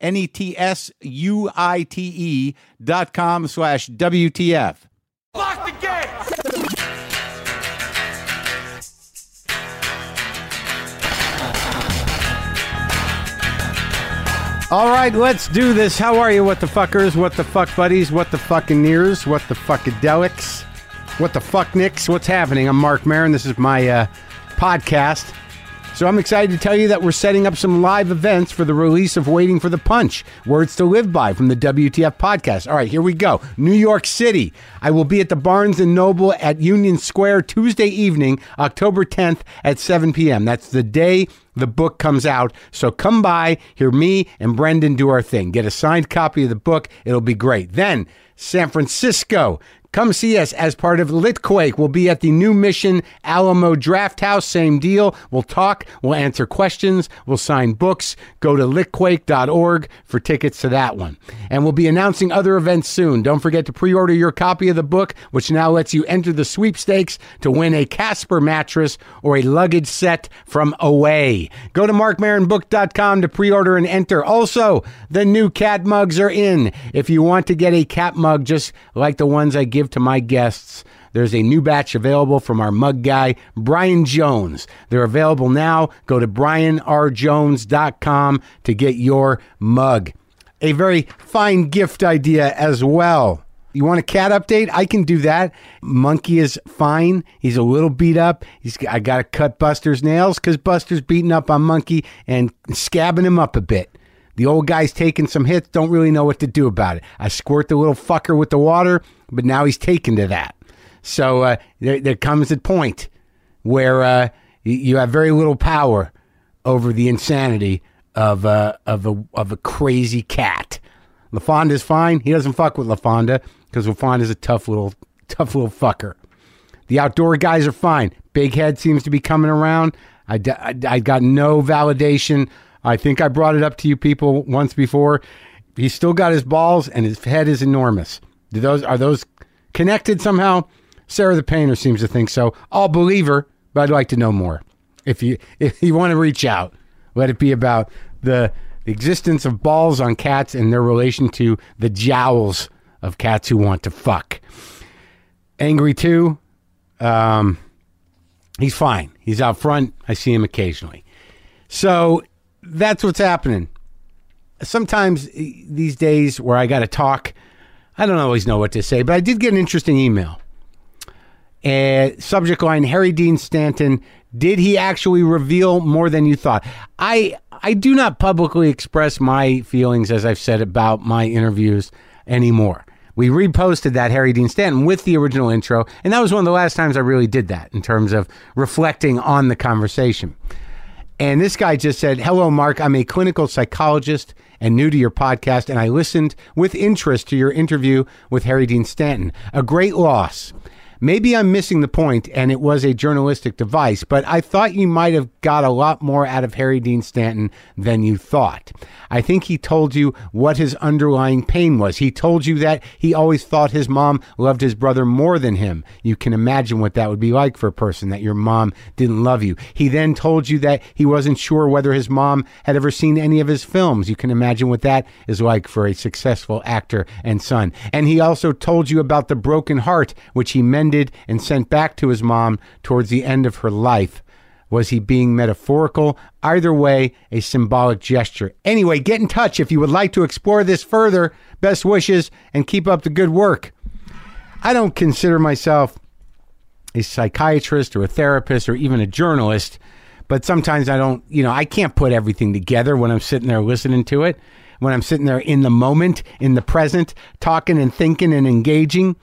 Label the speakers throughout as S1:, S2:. S1: N E T S U I T E dot com slash WTF.
S2: Lock the gate!
S1: All right, let's do this. How are you, what the fuckers, what the fuck buddies, what the fucking ears, what the fuckadelics, what the fuck nicks, what's happening? I'm Mark Marin. This is my uh, podcast. So I'm excited to tell you that we're setting up some live events for the release of Waiting for the Punch, Words to Live By from the WTF podcast. All right, here we go. New York City. I will be at the Barnes & Noble at Union Square Tuesday evening, October 10th at 7 p.m. That's the day the book comes out. So come by, hear me and Brendan do our thing. Get a signed copy of the book. It'll be great. Then, San Francisco. Come see us as part of Litquake. We'll be at the new Mission Alamo Draft House. Same deal. We'll talk. We'll answer questions. We'll sign books. Go to litquake.org for tickets to that one. And we'll be announcing other events soon. Don't forget to pre order your copy of the book, which now lets you enter the sweepstakes to win a Casper mattress or a luggage set from Away. Go to markmarinbook.com to pre order and enter. Also, the new cat mugs are in. If you want to get a cat mug just like the ones I give to my guests, there's a new batch available from our mug guy, Brian Jones. They're available now. Go to brianrjones.com to get your mug. A very fine gift idea as well. You want a cat update? I can do that. Monkey is fine. He's a little beat up. He's I got to cut Buster's nails cuz Buster's beating up on Monkey and scabbing him up a bit. The old guy's taking some hits, don't really know what to do about it. I squirt the little fucker with the water, but now he's taken to that. So uh, there, there comes a point where uh, you, you have very little power over the insanity of, uh, of, a, of a crazy cat. LaFonda's fine. He doesn't fuck with LaFonda because LaFonda's a tough little, tough little fucker. The outdoor guys are fine. Big Head seems to be coming around. I, d- I- I got no validation. I think I brought it up to you people once before. He's still got his balls and his head is enormous. Do those are those connected somehow? Sarah the painter seems to think so. I'll believe her, but I'd like to know more. If you if you want to reach out, let it be about the existence of balls on cats and their relation to the jowls of cats who want to fuck. Angry too. Um, he's fine. He's out front. I see him occasionally. So that's what's happening. Sometimes eh, these days where I got to talk, I don't always know what to say, but I did get an interesting email. Uh, subject line: Harry Dean Stanton. Did he actually reveal more than you thought? I I do not publicly express my feelings, as I've said about my interviews anymore. We reposted that Harry Dean Stanton with the original intro, and that was one of the last times I really did that in terms of reflecting on the conversation. And this guy just said, Hello, Mark. I'm a clinical psychologist and new to your podcast, and I listened with interest to your interview with Harry Dean Stanton. A great loss. Maybe I'm missing the point, and it was a journalistic device, but I thought you might have got a lot more out of Harry Dean Stanton than you thought. I think he told you what his underlying pain was. He told you that he always thought his mom loved his brother more than him. You can imagine what that would be like for a person that your mom didn't love you. He then told you that he wasn't sure whether his mom had ever seen any of his films. You can imagine what that is like for a successful actor and son. And he also told you about the broken heart, which he mended and sent back to his mom towards the end of her life. Was he being metaphorical? Either way, a symbolic gesture. Anyway, get in touch if you would like to explore this further. Best wishes and keep up the good work. I don't consider myself a psychiatrist or a therapist or even a journalist, but sometimes I don't, you know, I can't put everything together when I'm sitting there listening to it, when I'm sitting there in the moment, in the present, talking and thinking and engaging.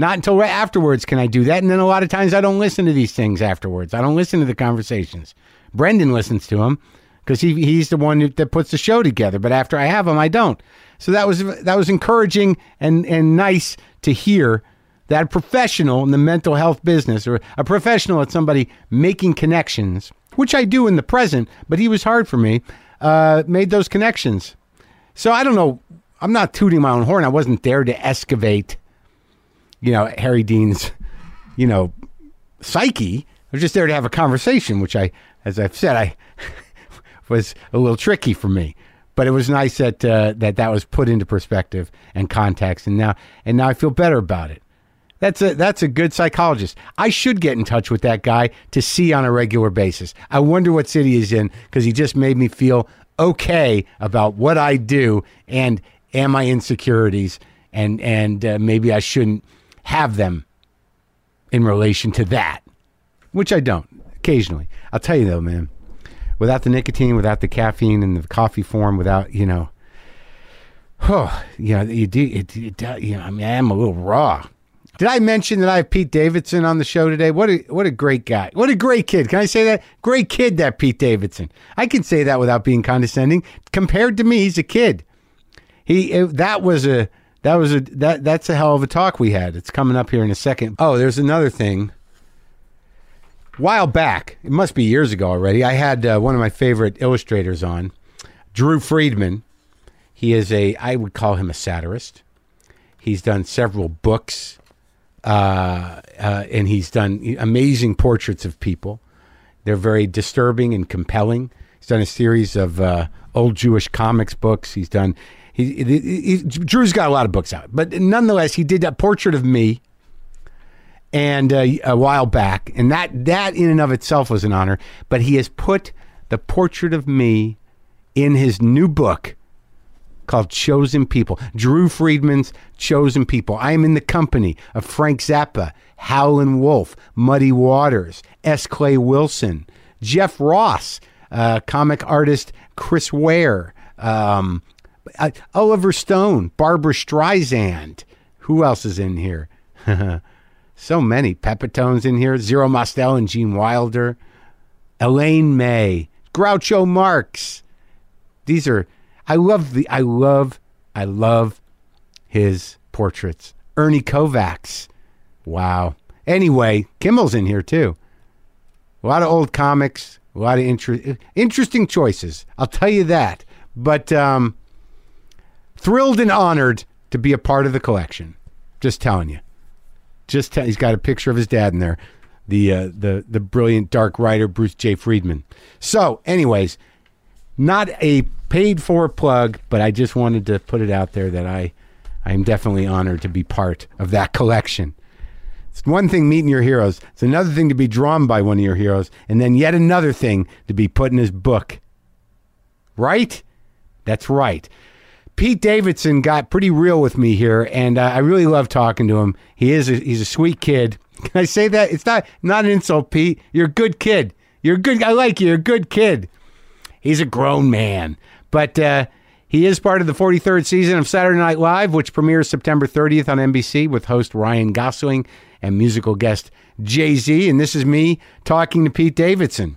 S1: Not until right afterwards can I do that. And then a lot of times I don't listen to these things afterwards. I don't listen to the conversations. Brendan listens to them because he, he's the one that, that puts the show together. But after I have them, I don't. So that was that was encouraging and, and nice to hear that a professional in the mental health business or a professional at somebody making connections, which I do in the present, but he was hard for me, uh, made those connections. So I don't know. I'm not tooting my own horn. I wasn't there to excavate, you know, Harry Dean's, you know, psyche. I was just there to have a conversation, which I, as I've said, I was a little tricky for me. But it was nice that uh, that that was put into perspective and context, and now and now I feel better about it. That's a that's a good psychologist. I should get in touch with that guy to see on a regular basis. I wonder what city he's in because he just made me feel okay about what I do and and my insecurities and and uh, maybe I shouldn't have them in relation to that, which I don't occasionally. I'll tell you though, man, without the nicotine, without the caffeine and the coffee form, without you know, oh, you know, you do it, it, you know, I mean, I am a little raw. Did I mention that I have Pete Davidson on the show today? What a what a great guy. What a great kid. Can I say that? Great kid that Pete Davidson. I can say that without being condescending. Compared to me, he's a kid. He it- that was a that was a that that's a hell of a talk we had. It's coming up here in a second. Oh, there's another thing. While back, it must be years ago already. I had uh, one of my favorite illustrators on, Drew Friedman. He is a I would call him a satirist. He's done several books uh, uh, and he's done amazing portraits of people. They're very disturbing and compelling. He's done a series of uh, old Jewish comics books. He's done. He, he, he, Drew's got a lot of books out, but nonetheless, he did that portrait of me, and uh, a while back, and that that in and of itself was an honor. But he has put the portrait of me in his new book called Chosen People. Drew Friedman's Chosen People. I am in the company of Frank Zappa, Howlin' Wolf, Muddy Waters, S. Clay Wilson, Jeff Ross, uh, comic artist Chris Ware, um, uh, Oliver Stone, Barbara Streisand. Who else is in here? so many. Pepitone's in here, Zero Mostel and Gene Wilder, Elaine May, Groucho Marx these are I love the I love I love his portraits. Ernie Kovacs. Wow. Anyway, Kimmel's in here too. A lot of old comics, a lot of inter- interesting choices. I'll tell you that. But um, thrilled and honored to be a part of the collection. Just telling you. Just tell, he's got a picture of his dad in there. The uh, the the brilliant dark writer Bruce J. Friedman. So, anyways, not a paid for plug, but I just wanted to put it out there that I I am definitely honored to be part of that collection. It's one thing meeting your heroes. It's another thing to be drawn by one of your heroes, and then yet another thing to be put in his book. Right? That's right. Pete Davidson got pretty real with me here, and uh, I really love talking to him. He is a, he's a sweet kid. Can I say that? It's not not an insult, Pete. You're a good kid. You're a good. I like you. You're a good kid. He's a grown man. But uh, he is part of the 43rd season of Saturday Night Live, which premieres September 30th on NBC with host Ryan Gosling and musical guest Jay Z. And this is me talking to Pete Davidson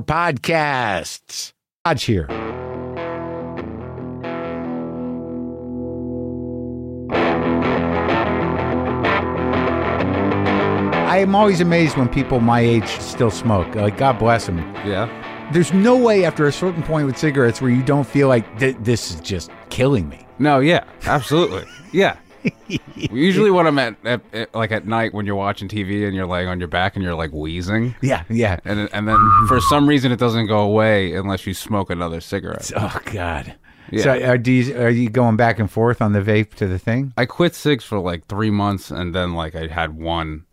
S1: podcasts. Hodge here. I am always amazed when people my age still smoke. Like, God bless them.
S2: Yeah.
S1: There's no way after a certain point with cigarettes where you don't feel like "Th- this is just killing me.
S2: No, yeah, absolutely. yeah. Usually when I'm at, at, at- like at night when you're watching TV and you're laying on your back and you're like wheezing
S1: Yeah, yeah.
S2: and and then for some reason it doesn't go away unless you smoke another cigarette.
S1: Oh God.
S2: Yeah.
S1: So are, do you, are you going back and forth on the vape to the thing?
S2: I quit cigs for like 3 months and then like I had one.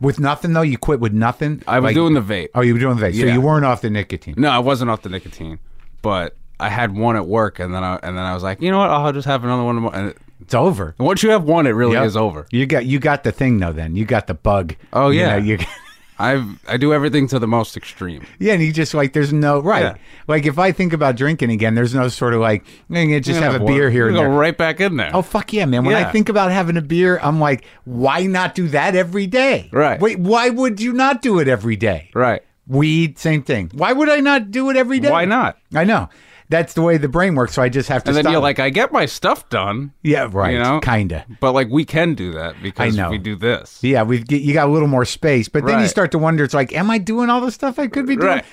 S1: With nothing though, you quit with nothing.
S2: I was
S1: Like-
S2: doing the vape.
S1: Oh, you were doing the vape, so
S2: Yeah.
S1: you weren't off the nicotine.
S2: No, I wasn't off the nicotine, but I had one at work and then I and then I was like, "You know what? I'll just have another one tomorrow." And it-
S1: It's over.
S2: once you have one, it really
S1: Yep.
S2: is over.
S1: You got you got the thing though. Then you got the bug.
S2: Oh,
S1: You
S2: yeah.
S1: know, you-
S2: I've I do everything to the most extreme.
S1: yeah, and you just like there's no right.
S2: Yeah.
S1: Like if I think about drinking again, there's no sort of like "Eh, eh, just
S2: You're
S1: have
S2: gonna
S1: a beer
S2: one-
S1: here and
S2: you're
S1: there.
S2: gonna go right back in there.
S1: Oh fuck yeah, man! When I
S2: Yeah.
S1: think about having a beer, I'm like, why not do that every day?
S2: Right.
S1: Wait, why would you not do it every day?
S2: right.
S1: Weed, same thing. Why would I not do it every day?
S2: Why not?
S1: I know. That's the way the brain works. So I just have to.
S2: And then
S1: stop.
S2: you're like, I get my stuff done,
S1: yeah, right,
S2: you know?
S1: kinda.
S2: but like we can do that because
S1: know.
S2: we do this.
S1: Yeah, we get you got a little more space, but then you
S2: Right.
S1: start to wonder. It's like, am I doing all the stuff I could be doing?
S2: Right.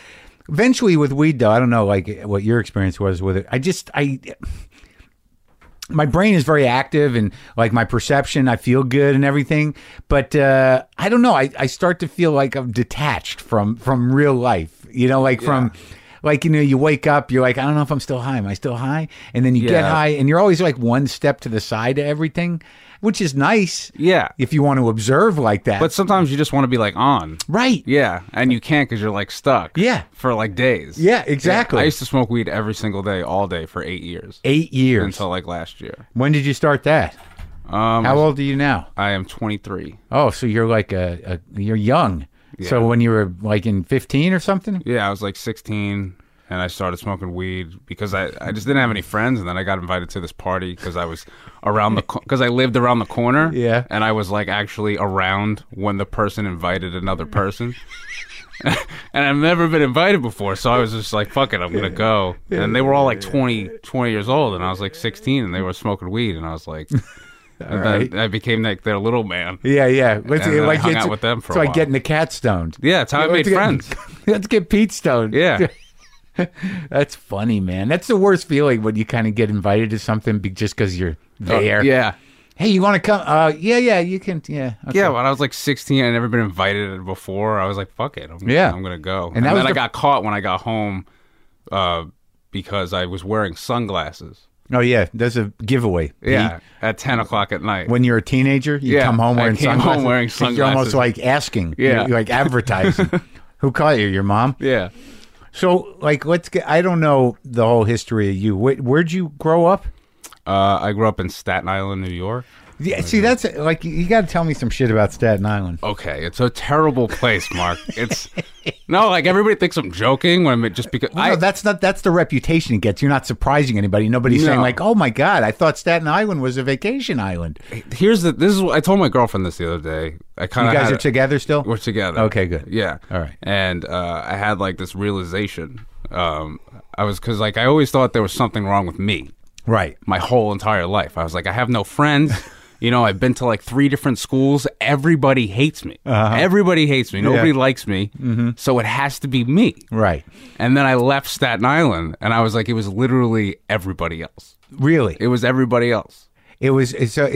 S1: Eventually, with weed, though, I don't know like what your experience was with it. I just I. My brain is very active and like my perception, I feel good and everything. But uh, I don't know. I, I start to feel like I'm detached from from real life. You know, like from like you know, you wake up, you're like, I don't know if I'm still high. Am I still high? And then you get
S2: Yeah.
S1: high, and you're always like one step to the side of everything, which is nice
S2: Yeah.
S1: if you want to observe like that.
S2: But sometimes you just want to be like on.
S1: right.
S2: Yeah, and you can't because you're like stuck.
S1: Yeah.
S2: For like days.
S1: Yeah, exactly.
S2: I used to smoke weed every single day, all day for eight years
S1: Eight years.
S2: until like last year.
S1: when did you start that?
S2: Um,
S1: How old are you now?
S2: I am 23.
S1: Oh, so you're like a, a you're young. So when you were like in 15 or something?
S2: Yeah, I was like 16 and I started smoking weed because I, I just didn't have any friends. And then I got invited to this party because I was around the, because I lived around the corner.
S1: Yeah.
S2: And I was like actually around when the person invited another person. and I've never been invited before. So I was just like, fuck it, I'm going to go. And they were all like 20, 20 years old. And I was like 16 and they were smoking weed. And I was like, and then I became like their little man.
S1: Yeah, yeah. Let's
S2: And then I
S1: like
S2: hung
S1: it's,
S2: out with them for
S1: it's
S2: a
S1: like
S2: while.
S1: getting the cat stoned.
S2: Yeah, it's how I
S1: Let's
S2: made
S1: get-
S2: friends.
S1: Let's get Pete stoned.
S2: Yeah.
S1: That's funny, man. That's the worst feeling when you kind of get invited to something be, just because you're there.
S2: Oh, Yeah.
S1: Hey, you want to come? Uh, yeah, yeah. You can. Yeah. okay.
S2: Yeah, when I was like 16, I'd never been invited before. I was like, fuck it. I'm,
S1: Yeah.
S2: I'm going to go. And,
S1: that
S2: then
S1: was
S2: I
S1: the-
S2: got caught when I got home uh, because I was wearing sunglasses.
S1: Oh yeah. There's a giveaway. Pete.
S2: Yeah. At 10 o'clock at night.
S1: when you're a teenager, you
S2: Yeah,
S1: come home
S2: I
S1: wearing
S2: came home
S1: sunglasses.
S2: wearing
S1: You're almost
S2: sunglasses.
S1: like asking,
S2: Yeah.
S1: You're- you're like advertising. Who caught you? Your mom.
S2: yeah.
S1: So, like, let's get. I don't know the whole history of you. Where, where'd you grow up?
S2: Uh, I grew up in Staten Island, New York. Oh,
S1: Yeah, see, that's like you got to tell me some shit about Staten Island.
S2: Okay. It's a terrible place, Mark. it's no, like everybody thinks I'm joking when I'm just because
S1: no,
S2: I.
S1: that's not. That's the reputation it gets. You're not surprising anybody. Nobody's saying
S2: No.
S1: like, "Oh my God, I thought Staten Island was a vacation island." You
S2: Here's the. This is what I told my girlfriend this the other day. I kind of
S1: guys are together still?
S2: We're together.
S1: Okay, good.
S2: Yeah.
S1: All right.
S2: And uh, I had like this realization. Um, I was because like I always thought there was something wrong with me
S1: right.
S2: my whole entire life. I was like, I have no friends. You know, I've been to like three different schools. Everybody hates me.
S1: Uh-huh.
S2: Everybody hates me. Nobody likes me.
S1: Mm-hmm.
S2: So it has to be me.
S1: Right.
S2: And then I left Staten Island, and I was like, it was literally everybody else.
S1: Really.
S2: It was everybody else.
S1: It was so.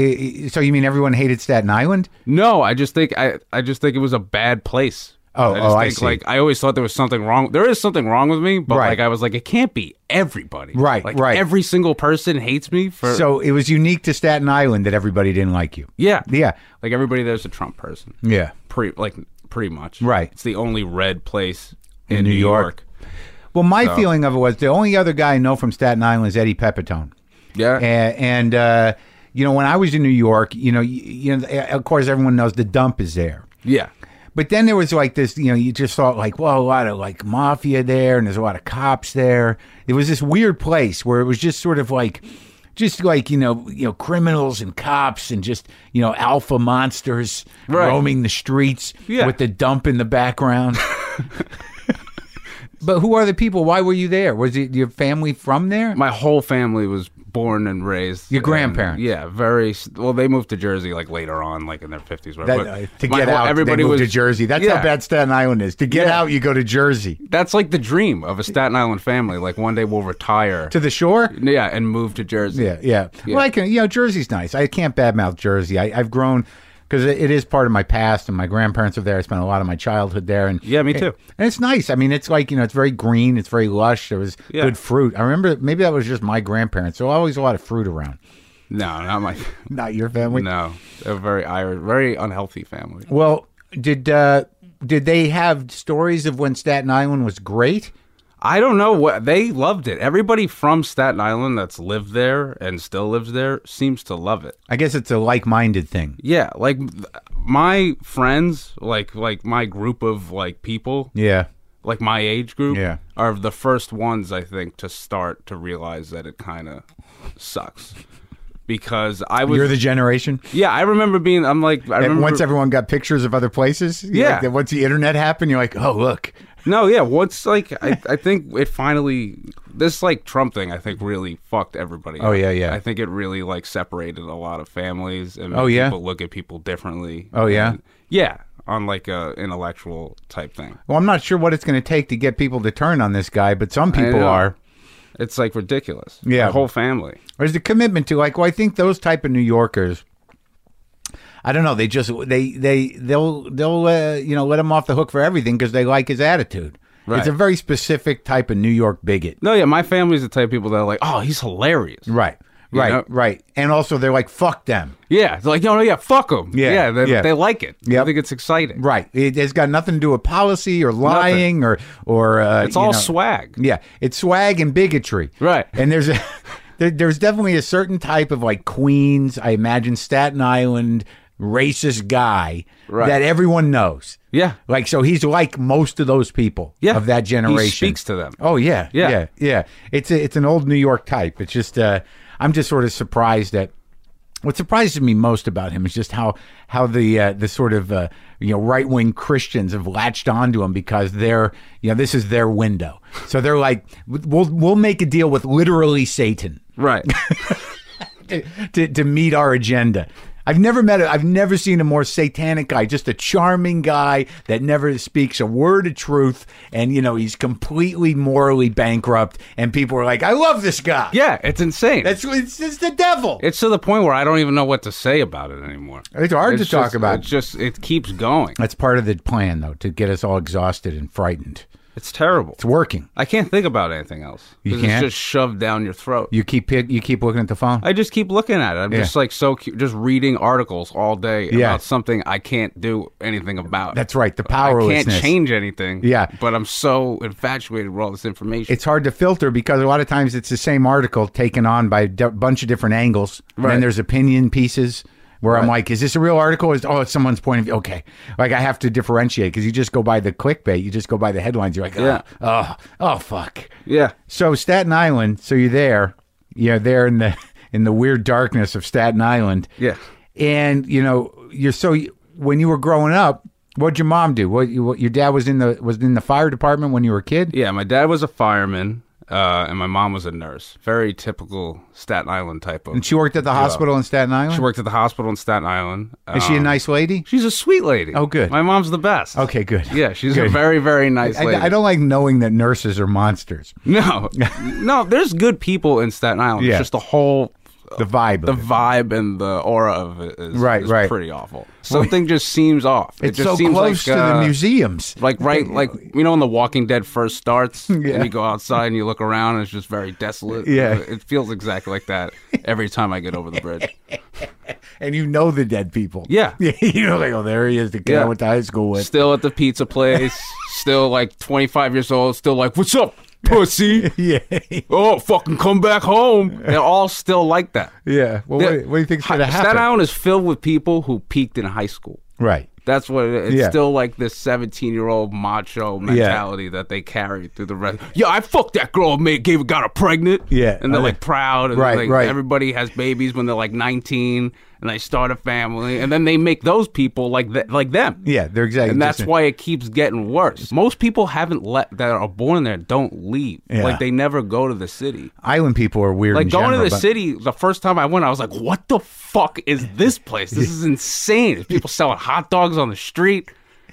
S1: so you mean everyone hated Staten Island?
S2: No, I just think I, I just think it was a bad place.
S1: Oh,
S2: I just
S1: oh, I
S2: think,
S1: see.
S2: Like I always thought there was something wrong. There is something wrong with me, but
S1: Right.
S2: like I was like, it can't be everybody.
S1: Right,
S2: like,
S1: right.
S2: Every single person hates me for
S1: So it was unique to Staten Island that everybody didn't like you.
S2: yeah,
S1: Yeah.
S2: Like everybody there's a Trump person.
S1: Yeah.
S2: Pretty like pretty much.
S1: Right.
S2: It's the only red place in,
S1: New
S2: New,
S1: York.
S2: York.
S1: Well, my
S2: So-
S1: feeling of it was the only other guy I know from Staten Island is Eddie Pepitone.
S2: Yeah.
S1: and, and uh, you know when I was in New York, you know, you, you know, of course everyone knows the dump is there.
S2: yeah.
S1: But then there was like this, you know, you just thought like, well, a lot of like mafia there, and there's a lot of cops there. It was this weird place where it was just sort of like, just like you know, you know, criminals and cops and just you know, alpha monsters
S2: Right.
S1: roaming the streets
S2: Yeah.
S1: with the dump in the background. but who are the people? Why were you there? Was it your family from there?
S2: My whole family was born and raised.
S1: Your
S2: in-
S1: grandparents?
S2: yeah, very. s- Well, they moved to Jersey like later on, like in their fifties. Right?
S3: That,
S2: But
S3: uh, to
S2: my
S3: get
S2: whole-
S3: out, everybody they moved to Jersey. That's
S2: yeah.
S3: how bad Staten Island is. To get
S2: Yeah.
S3: out, you go to Jersey
S2: That's like the dream of a Staten Island family. Like one day we'll retire.
S3: to the shore.
S2: yeah, and move to Jersey.
S1: Yeah, yeah. Well, I can. You know, Jersey's nice. I can't badmouth Jersey. I, I've grown because it, it is part of my past, and my grandparents are there. I spent a lot of my childhood there, and
S2: Yeah, me too.
S1: And it's nice. I mean, it's like you know, it's very green. It's very lush. There was
S2: Yeah.
S1: good fruit. I remember maybe that was just my grandparents. So always a lot of fruit around.
S2: No, not my.
S1: Not your family.
S2: No, a very Irish, very unhealthy family.
S1: Well, did uh, did they have stories of when Staten Island was great?
S2: I don't know what they loved it. Everybody from Staten Island that's lived there and still lives there seems to love it.
S1: I guess it's a like-minded thing.
S2: Yeah, like th- my friends, like like my group of like people,
S1: Yeah.
S2: like my age group,
S1: Yeah.
S2: are the first ones I think to start to realize that it kind of sucks. Because I was,
S1: You're the generation.
S2: yeah, I remember being. I'm like, I
S1: that
S2: remember
S1: once everyone got pictures of other places, you're
S2: Yeah.
S1: like, that once the internet happened, you're like, oh look,
S2: No, yeah. Once, like, I, I think it finally, this, like, Trump thing, I think really fucked everybody.
S1: Oh,
S2: up.
S1: yeah, yeah.
S2: I think it really, like, separated a lot of families and
S1: Oh,
S2: made
S1: yeah?
S2: people look at people differently.
S1: Oh, yeah?
S2: And- yeah. On, like, a intellectual type thing.
S1: Well, I'm not sure what it's going to take to get people to turn on this guy, but some
S2: I
S1: people
S2: know.
S1: are.
S2: It's, like, ridiculous.
S1: Yeah.
S2: The whole family.
S1: There's the commitment to like. Well, I think those type of New Yorkers. I don't know. They just they they they'll they'll uh, you know let him off the hook for everything because they like his attitude. It's
S2: Right.
S1: a very specific type of New York bigot.
S2: No, yeah. My family's the type of people that are like, oh, he's hilarious.
S1: Right.
S2: You
S1: Right.
S2: know?
S1: Right. And also they're like fuck them.
S2: Yeah. It's like, no, no, yeah, fuck him.
S1: Yeah,
S2: they,
S1: yeah.
S2: they like it. Yeah.
S1: Yep.
S2: I think it's exciting.
S1: Right. It, it's got nothing to do with policy or lying or or uh,
S2: It's
S1: you
S2: all
S1: know.
S2: swag.
S1: Yeah, it's swag and bigotry.
S2: Right.
S1: And there's a there, there's definitely a certain type of like Queens, I imagine Staten Island racist guy
S2: Right.
S1: that everyone knows.
S2: Yeah.
S1: Like so he's like most of those people
S2: Yeah.
S1: of that
S2: He
S1: generation.
S2: speaks to them.
S1: Oh yeah.
S2: Yeah.
S1: Yeah. Yeah. It's a, it's an old New York type. It's just uh I'm just sort of surprised that what surprises me most about him is just how how the uh, the sort of uh, you know right wing Christians have latched onto him because they're you know this is their window. So they're like we'll we'll make a deal with literally Satan
S2: Right.
S1: to, to, to meet our agenda. I've never met a, I've never seen a more satanic guy, just a charming guy that never speaks a word of truth and you know he's completely morally bankrupt and people are like I love this guy.
S2: yeah. It's insane.
S1: That's it's, it's the devil.
S2: It's to the point where I don't even know what to say about it anymore.
S1: It's hard to talk
S2: just-
S1: about.
S2: It's just it keeps going.
S1: That's part of the plan, though, to get us all exhausted and frightened.
S2: It's terrible.
S1: It's working.
S2: I can't think about anything else.
S1: You
S2: 'Cause
S1: can't?
S2: It's just shoved down your throat.
S1: You keep pick, you keep looking at the phone.
S2: I just keep looking at it. I'm
S1: Yeah.
S2: just like so cu just reading articles all day
S1: Yeah.
S2: about something I can't do anything about.
S1: That's right. The
S2: I
S1: powerlessness.
S2: can't change anything.
S1: Yeah.
S2: But I'm so infatuated with all this information.
S1: It's hard to filter because a lot of times it's the same article taken on by a d- bunch of different angles. And then
S2: Right.
S1: there's opinion pieces where I'm like, is this a real article? Is oh, it's someone's point of view? Okay, like I have to differentiate because you just go by the clickbait. You just go by the headlines. You're like, oh,
S2: Yeah.
S1: oh, oh, fuck.
S2: yeah.
S1: So Staten Island. So you're there. You're there in the in the weird darkness of Staten Island.
S2: Yeah.
S1: And you know you're so when you were growing up, what'd your mom do? What, you, what your dad was in the was in the fire department when you were a kid.
S2: Yeah. My dad was a fireman, uh, and my mom was a nurse. Very typical Staten Island type of
S1: And she worked at the hospital in Staten Island.
S2: She worked at the hospital in Staten Island.
S1: Is she a
S2: Um,
S1: nice lady?
S2: She's a sweet lady.
S1: Oh, good.
S2: My mom's the best.
S1: Okay, good.
S2: Yeah, she's
S1: Good.
S2: a very, very nice
S1: I,
S2: lady.
S1: I don't like knowing that nurses are monsters.
S2: No, no. There's good people in Staten Island.
S1: Yeah.
S2: It's just the whole,
S1: The vibe.
S2: the
S1: Of it.
S2: vibe and the aura of it is,
S1: Right,
S2: is
S1: right.
S2: pretty awful. Something just seems off.
S1: It's
S2: it just
S1: so
S2: seems
S1: close
S2: like,
S1: to
S2: uh,
S1: the museums.
S2: Like right, like you know, when The Walking Dead first starts,
S1: Yeah.
S2: and you go outside and you look around, and it's just very desolate.
S1: Yeah.
S2: it feels exactly like that every time I get over the bridge.
S1: and you know the dead people.
S2: Yeah.
S1: you know, like, oh, there he is, the kid I
S2: Yeah.
S1: went to high school with.
S2: Still at the pizza place. still like 25 years old. Still like, what's up? pussy.
S1: Yeah,
S2: Oh, fucking come back home. They're all still like that.
S1: yeah. Well,
S2: Yeah.
S1: what, what do you think's going to happen?
S2: Staten Island is filled with people who peaked in high school.
S1: Right.
S2: That's what it, it's
S1: Yeah.
S2: still like this 17 year old macho mentality that they carry through the rest. Yeah, I fucked that girl, and made, gave, got her pregnant.
S1: Yeah,
S2: And they're
S1: okay.
S2: like proud. And
S1: Right,
S2: like,
S1: right.
S2: Everybody has babies when they're like 19 and they start a family. And then they make those people like th- like them.
S1: Yeah, they're exactly.
S2: And that's
S1: just-
S2: why it keeps getting worse. Most people haven't let that are born there don't leave.
S1: Yeah.
S2: Like they never go to the city.
S1: island people are weird.
S2: Like
S1: in
S2: going
S1: general,
S2: to the
S1: but-
S2: city, the first time I went, I was like, "What the fuck is this place? This is insane." There's people selling hot dogs on the street.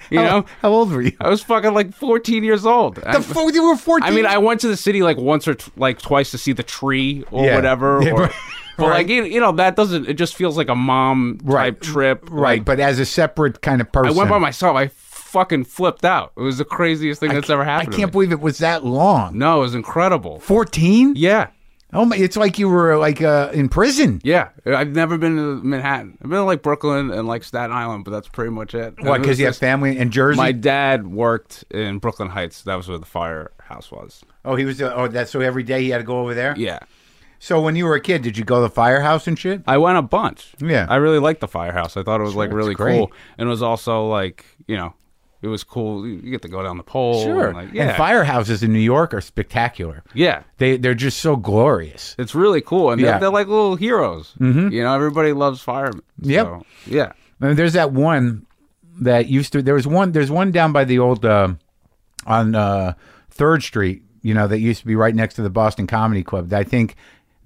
S2: You
S1: How,
S2: know,
S1: how old were you?
S2: I was fucking like 14 years old. I,
S1: Oh. The fuck, you were fourteen.
S2: I mean, I went to the city like once or t- like twice to see the tree or
S1: Yeah.
S2: whatever.
S1: Yeah,
S2: or-
S1: right.
S2: But like you, you know, that doesn't. It just feels like a mom type
S1: Right.
S2: trip.
S1: right,
S2: Like,
S1: but as a separate kind of
S2: I
S1: person.
S2: went by myself. I fucking flipped out. It was the craziest thing that's ever
S1: I
S2: happened. to
S1: can't
S2: me.
S1: believe it was that long.
S2: No, it was incredible.
S1: Fourteen?
S2: Yeah.
S1: Oh my! It's like you were like uh, in prison.
S2: Yeah, I've never been to Manhattan. I've been to like Brooklyn and like Staten Island, but that's pretty much it.
S1: What? Because you have family in Jersey.
S2: My dad worked in Brooklyn Heights. That was where the firehouse was.
S1: oh, he was. Uh, oh, that's so. Every day he had to go over there.
S2: Yeah,
S1: So when you were a kid, did you go to the firehouse and shit?
S2: I went a bunch.
S1: Yeah.
S2: I really liked the firehouse. I thought it was like really
S1: great.
S2: cool, and it was also like you know, it was cool. You you get to go down the pole. And like, Oh, yeah,
S1: And firehouses in New York are spectacular.
S2: yeah.
S1: They they're just so glorious.
S2: It's really cool, and
S1: Yeah.
S2: they're, they're like little heroes. Mm-hmm. You know, everybody loves firemen.
S1: Yep.
S2: So, yeah.
S1: I mean, there's that one that used to. There was one. There's one down by the old uh, on uh, Third Street. You know that used to be right next to the Boston Comedy Club. That I think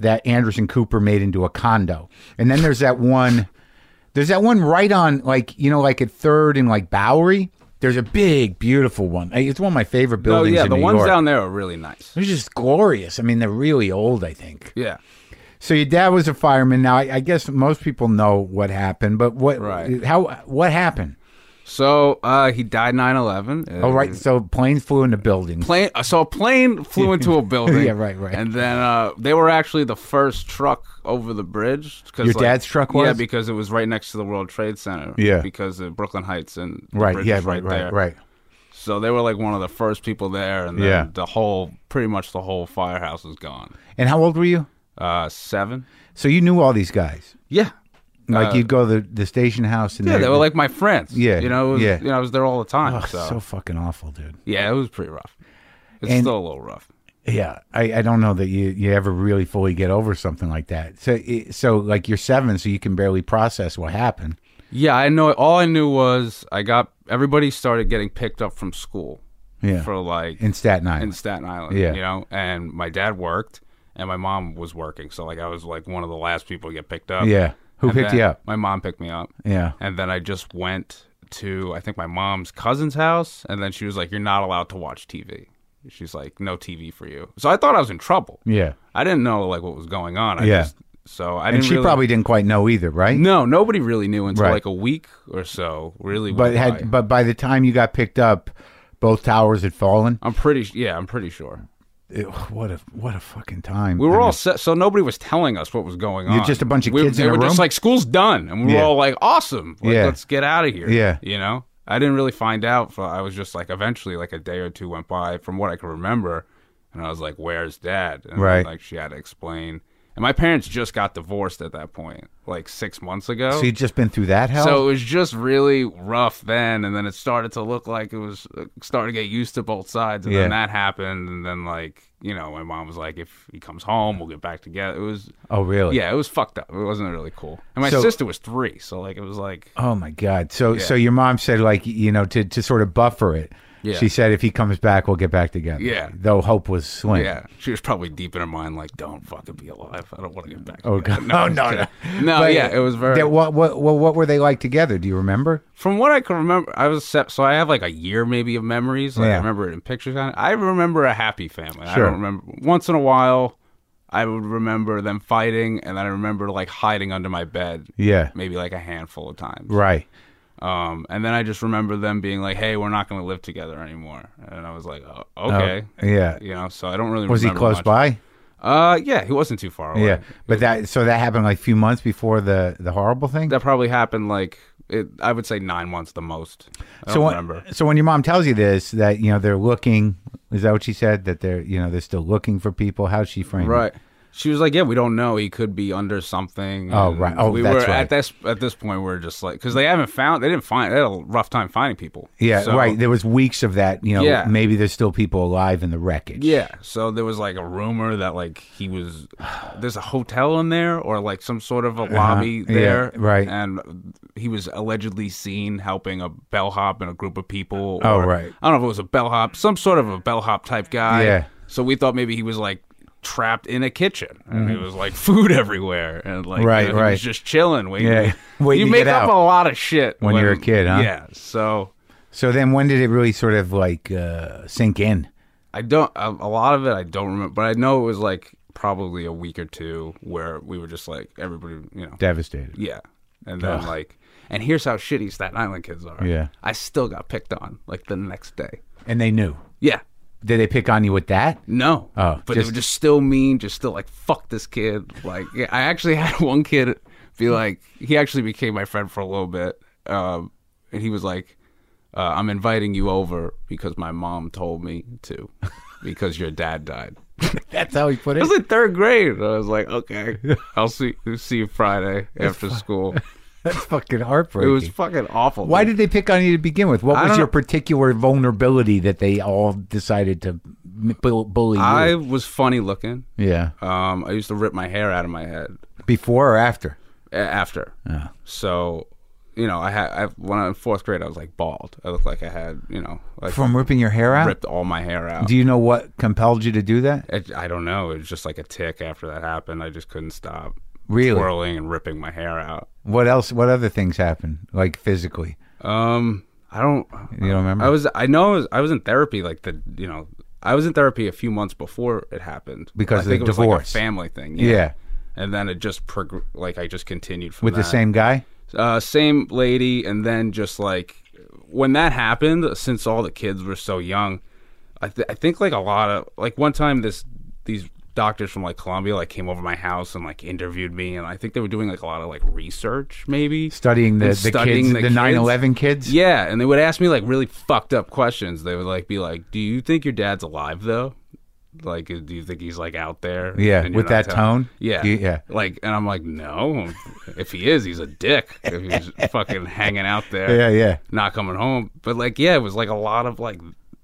S1: that Anderson Cooper made into a condo. And then there's that one. There's that one right on like you know like at Third and like Bowery. There's a big, beautiful one. Hey, It's one of my favorite
S2: Oh
S1: buildings.
S2: yeah,
S1: in
S2: the
S1: New
S2: ones
S1: York.
S2: down there are really nice.
S1: They're just glorious. I mean, they're really old. I think.
S2: Yeah.
S1: So your dad was a fireman. Now I, I guess most people know what happened, but what?
S2: Right.
S1: How? What happened?
S2: So uh, he died 9/11.
S1: Oh, right. So planes flew into buildings.
S2: plane uh, so a plane flew into a building
S1: Yeah, right, right.
S2: and then uh, they were actually the first truck over the bridge 'cause,
S1: Your dad's truck
S2: yeah
S1: was?
S2: because it was right next to the world trade center
S1: Yeah.
S2: because of brooklyn heights and the
S1: right.
S2: bridge
S1: Yeah.
S2: was
S1: Right. Right.
S2: there.
S1: Right.
S2: so they were like one of the first people there and then
S1: Yeah.
S2: the whole pretty much the whole firehouse was gone
S1: And how old were you?
S2: uh seven
S1: So you knew all these guys.
S2: yeah
S1: Like
S2: Uh,
S1: you'd go to the, the station house and
S2: yeah, they were like my friends.
S1: Yeah,
S2: you know, it was-
S1: yeah.
S2: you know, I was there all the time.
S1: oh,
S2: so.
S1: so fucking awful, dude.
S2: yeah, it was pretty rough. It's
S1: And-
S2: still a little rough.
S1: Yeah, I, I don't know that you, you ever really fully get over something like that. So it, so like you're seven, so you can barely process what happened.
S2: Yeah, I know. All I knew was I got everybody started getting picked up from school
S1: Yeah,
S2: for like
S1: in Staten
S2: in
S1: Island.
S2: Staten Island.
S1: Yeah.
S2: you know, and my dad worked and my mom was working, so like I was like one of the last people to get picked up.
S1: yeah, who
S2: And
S1: picked
S2: then
S1: you up?
S2: My mom picked me up,
S1: Yeah,
S2: and then I just went to I think my mom's cousin's house, and then she was like, "You're not allowed to watch TV." She's like, "No TV for you." So I thought I was in trouble.
S1: yeah.
S2: I didn't know like what was going on. I
S1: Yeah.
S2: just, so I
S1: And
S2: didn't
S1: she
S2: really-
S1: probably didn't quite know either, right?
S2: no, nobody really knew until
S1: Right.
S2: like a week or so. Really,
S1: But
S2: why.
S1: had but by the time you got picked up, both towers had fallen.
S2: I'm pretty s- yeah, I'm pretty sure.
S1: Ew, what a what a fucking time.
S2: We were
S1: I
S2: all set, so nobody was telling us what was going on.
S1: You're just a bunch of
S2: we,
S1: kids
S2: They
S1: in a
S2: were
S1: room?
S2: just like, "School's done," and we
S1: Yeah.
S2: were all like, "Awesome, like,
S1: Yeah.
S2: let's get out of here."
S1: Yeah.
S2: you know. I didn't really find out. For, I was just like, eventually, like a day or two went by, from what I can remember, and I was like, "Where's Dad?" And
S1: Right.
S2: Like she had to explain. And my parents just got divorced at that point, like six months ago.
S1: So you'd just been through that hell.
S2: So it was just really rough then, and then it started to look like it was uh, starting to get used to both sides, and
S1: Yeah.
S2: then that happened, and then like you know, my mom was like, "If he comes home, we'll get back together." It was,
S1: oh really?
S2: yeah, it was fucked up. It wasn't really cool. And my
S1: So-
S2: sister was three, so like it was like,
S1: Oh my god. So so your mom said like you know to to sort of buffer it.
S2: Yeah.
S1: She said if he comes back we'll get back together.
S2: Yeah.
S1: Though hope was slim.
S2: yeah, she was probably deep in her mind, like, "Don't fucking be alive. I don't want to get back."
S1: Oh god.
S2: together."
S1: No no
S2: I'm
S1: no.
S2: just kidding. No,
S1: But
S2: yeah, it was very.
S1: that- what what what what were they like together? Do you remember?
S2: from what I can remember, I was set, so I have like a year maybe of memories. Like
S1: Yeah.
S2: I remember it in pictures. On it. I remember a happy family. I
S1: Sure.
S2: don't remember once in a while. I would remember them fighting, and then I remember like hiding under my bed,
S1: Yeah.
S2: maybe like a handful of times.
S1: Right.
S2: Um, and then I just remember them being like, "Hey, we're not going to live together anymore," and I was like, oh, "Okay."
S1: Oh, yeah.
S2: You know, so I don't really
S1: Was he
S2: remember
S1: close
S2: much.
S1: by?
S2: Uh, yeah, he wasn't too far away.
S1: Yeah. But that so that happened like a few months before the the horrible thing?
S2: that probably happened like It, I would say nine months the most. I
S1: so
S2: don't
S1: when,
S2: remember.
S1: So when your mom tells you this, that you know they're looking, is that what she said? That they're you know they're still looking for people. How's she framed?
S2: Right. She was like, "Yeah, we don't know. He could be under something."
S1: Oh,
S2: And
S1: right. Oh,
S2: we
S1: that's
S2: were
S1: right.
S2: at this at this point. We are just like because they haven't found. They didn't find. They had a rough time finding people.
S1: It? Yeah,
S2: So-
S1: right. There was weeks of that. You know,
S2: Yeah.
S1: maybe there's still people alive in the wreckage.
S2: Yeah. So there was like a rumor that like he was there's a hotel in there or like some sort of a lobby
S1: Uh-huh. yeah,
S2: there.
S1: right.
S2: And he was allegedly seen helping a bellhop and a group of people.
S1: Oh,
S2: or-
S1: right.
S2: I don't know if it was a bellhop, some sort of a bellhop type guy.
S1: Yeah.
S2: So we thought maybe he was like trapped in a kitchen and it was like food everywhere and like
S1: Mm-hmm. Right,
S2: you know, he
S1: right.
S2: was just chilling waiting.
S1: Yeah, waiting
S2: you
S1: to
S2: make
S1: get
S2: up
S1: out.
S2: a lot of shit
S1: When you're a kid, huh?
S2: Yeah. So
S1: So then, when did it really sort of like uh, sink in?
S2: I don't a, a lot of it I don't remember, but I know it was like probably a week or two where we were just like everybody, you know,
S1: Devastated.
S2: yeah, and then like, and here's how shitty Staten Island kids are.
S1: Yeah.
S2: I still got picked on like the next day.
S1: And they knew.
S2: Yeah,
S1: Did they pick on you with that?
S2: no,
S1: Oh,
S2: but they
S1: just-
S2: were just still mean, just still like fuck this kid. Like, yeah, I actually had one kid be like, he actually became my friend for a little bit, um, and he was like. Uh, I'm inviting you over because my mom told me to, because your dad died.
S1: That's how he put it.
S2: It was in third grade. I was like, okay, I'll see see you Friday after school.
S1: That's fucking
S2: It
S1: heartbreaking.
S2: was fucking awful.
S1: Why did they pick on you to begin with? What
S2: I
S1: was
S2: don't
S1: your
S2: know.
S1: particular vulnerability that they all decided to m- bu- bully you?
S2: I was funny looking?
S1: yeah.
S2: Um, I used to rip my hair out of my head
S1: Before or after?
S2: a- after. So, you know, I had I, when I was in fourth grade, I was like bald. I looked like I had, you know, like
S1: From ripping your hair out?
S2: ripped all my hair out.
S1: Do you know what compelled you to do that?
S2: It- I don't know. It was just like a tick after that happened. I just couldn't stop
S1: Really?
S2: twirling and ripping my hair out.
S1: What else? What other things happened? Like physically?
S2: Um, I don't.
S1: You don't remember?
S2: I was. I know. I was, I was in therapy. Like the. You know. I was in therapy a few months before it happened
S1: Because
S2: I
S1: of the
S2: think it was like a
S1: divorce.
S2: family thing.
S1: yeah.
S2: And then it just prog- like I just continued from
S1: With the
S2: that.
S1: same guy?
S2: uh, same lady, and then just like when that happened, since all the kids were so young, I, th- I think like a lot of like one time this these doctors from like Columbia like came over my house and like interviewed me, and I think they were doing like a lot of like research maybe
S1: Studying the,
S2: And
S1: the kids, the 9 11 kids?
S2: yeah, and they would ask me like really fucked up questions. They would like be like, "Do you think your dad's alive though? Like, uh, do you think he's like out there?"
S1: Yeah,
S2: And you're
S1: with
S2: not
S1: that
S2: telling-
S1: tone?
S2: Yeah,
S1: Do you- yeah.
S2: Like, and I'm like, "No, if he is, he's a dick. If he's fucking hanging out there,
S1: Yeah, yeah.
S2: not coming home." But like, yeah, it was like a lot of like,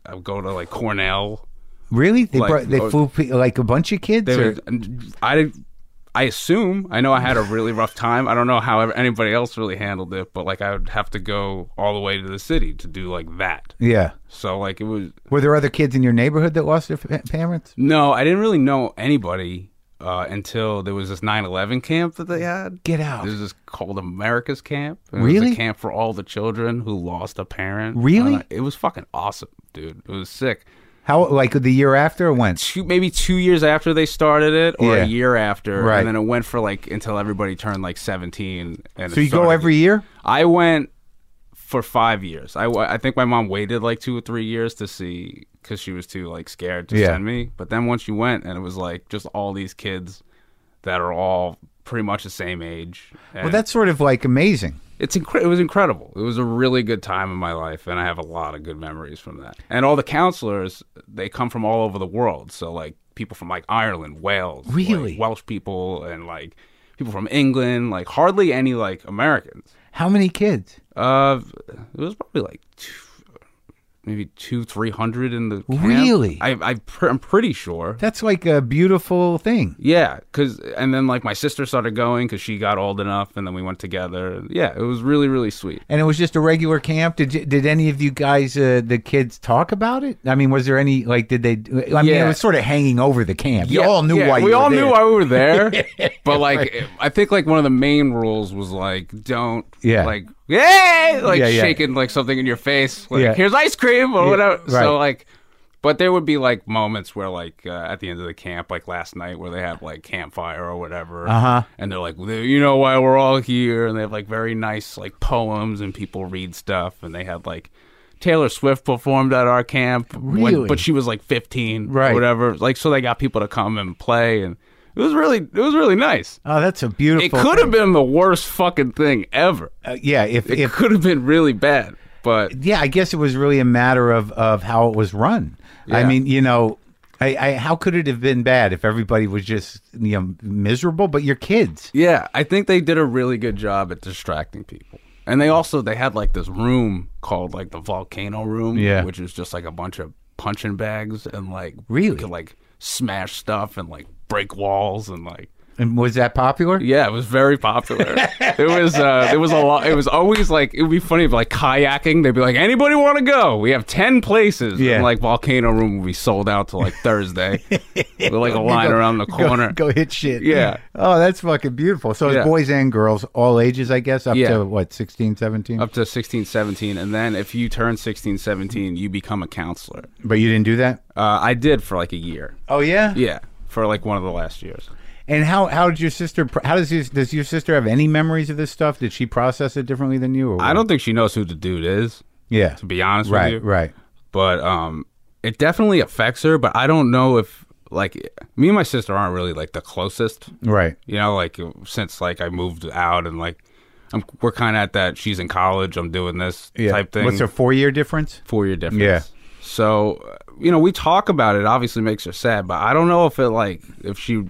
S2: I would go to like Cornell.
S1: Really? They
S2: Like,
S1: brought, they
S2: oh,
S1: flew pe- like a bunch of kids?
S2: They
S1: or-
S2: would- and I didn't. I assume I know I had a really rough time. I don't know how anybody else really handled it, but like I would have to go all the way to the city to do like that.
S1: yeah.
S2: So like it was
S1: Were there other kids in your neighborhood that lost their fa- parents?
S2: no, I didn't really know anybody uh, until there was this 9/11 camp that they had.
S1: Get out.
S2: This is called America's Camp. It was
S1: Really?
S2: a camp for all the children who lost a parent.
S1: Really?
S2: Uh, it was fucking awesome, dude. It was sick.
S1: How like the year after or when?
S2: Two, maybe two years after they started it, or
S1: Yeah.
S2: a year after,
S1: Right.
S2: and then it went for like until everybody turned like 17. And
S1: So
S2: it
S1: you go
S2: started-
S1: every year?
S2: I went for five years. I, wa- I think my mom waited like two or three years to see because she was too like scared to
S1: Yeah.
S2: send me. But then once you went, and it was like just all these kids that are all pretty much the same age. And
S1: Well, that's sort of like amazing.
S2: it's incre- it was incredible. It was a really good time in my life, and I have a lot of good memories from that. And all the counselors, they come from all over the world. So like people from like Ireland, Wales, like,
S1: Really?
S2: Welsh people, and like people from England. Like hardly any like Americans.
S1: How many kids?
S2: Uh, it was probably like two, maybe two, three hundred in the camp.
S1: Really?
S2: I, I pr- I'm pretty sure.
S1: That's like a beautiful thing.
S2: Yeah, cause and then like my sister started going because she got old enough, and then we went together. Yeah, it was really really sweet.
S1: And it was just a regular camp. Did you, did any of you guys uh, the kids talk about it? I mean, was there any like did they? I mean, it
S2: Yeah.
S1: was sort of hanging over the camp. You
S2: Yeah,
S1: all knew
S2: yeah,
S1: why. You
S2: we
S1: were
S2: all
S1: there.
S2: knew why we were there. but like, I think like one of the main rules was like, don't
S1: Yeah.
S2: like hey, like
S1: Yeah, yeah.
S2: shaking like something in your face. Like
S1: Yeah.
S2: here's ice cream or whatever.
S1: right.
S2: So like. But there would be like moments where, like, uh, at the end of the camp, like last night, where they have like campfire or whatever,
S1: Uh-huh.
S2: and they're like, "Well, you know why we're all here, and they have like very nice like poems, and people read stuff, and they had like Taylor Swift performed at our camp, when-
S1: Really?
S2: but she was like 15,
S1: Right.
S2: Whatever, like so they got people to come and play, and It was really, it was really nice.
S1: Oh, that's a
S2: It
S1: beautiful.
S2: could have been the worst fucking thing ever.
S1: Uh, yeah, if,
S2: It
S1: if
S2: could have been really bad, but
S1: yeah, I guess it was really a matter of of how it was run. I
S2: Yeah.
S1: mean, you know, I, I how could it have been bad if everybody was just you know miserable? But your kids,
S2: yeah, I think they did a really good job at distracting people. And they also they had like this room called like the volcano room,
S1: Yeah.
S2: which is just like a bunch of punching bags and like
S1: Really?
S2: you could like smash stuff and like break walls and like
S1: and was that popular?
S2: Yeah, it was very popular. it was uh there was a lot it was always like it would be funny if like kayaking, they'd be like, Anybody wanna go? We have ten places.
S1: Yeah.
S2: And, like volcano room would be sold out till like Thursday. with like a line around the
S1: Go-
S2: corner.
S1: Go, hit shit.
S2: Yeah.
S1: Oh, that's fucking beautiful. So
S2: Yeah.
S1: it's boys and girls, all ages, I guess, up
S2: Yeah.
S1: to what, 16, 17?
S2: Up to 16, 17, and then if you turn 16, 17, you become a counselor.
S1: But you didn't do that?
S2: Uh, I did for like a year.
S1: Oh, yeah?
S2: Yeah, for like one of the last years.
S1: And how, how did your sister, pr- how does your, does your sister have any memories of this stuff? Did she process it differently than you? Or what?
S2: I don't think she knows who the dude is,
S1: yeah.
S2: to be honest with you.
S1: Right, right.
S2: but um it definitely affects her but i don't know if like me and my sister aren't really like the closest
S1: Right.
S2: you know like since like i moved out and like I'm, we're kind of at that she's in college i'm doing this
S1: Yeah.
S2: type thing
S1: What's her four year difference?
S2: four year difference
S1: Yeah.
S2: so uh, you know we talk about it obviously makes her sad but i don't know if it like if she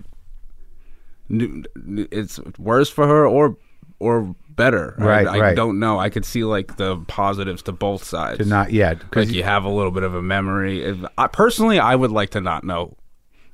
S2: knew it's worse for her or or better I-
S1: Right,
S2: I,
S1: right.
S2: don't know i could see like the positives to both sides
S1: Did Not yet. 'cause-
S2: because you have a little bit of a memory. If- I, personally, I would like to not know.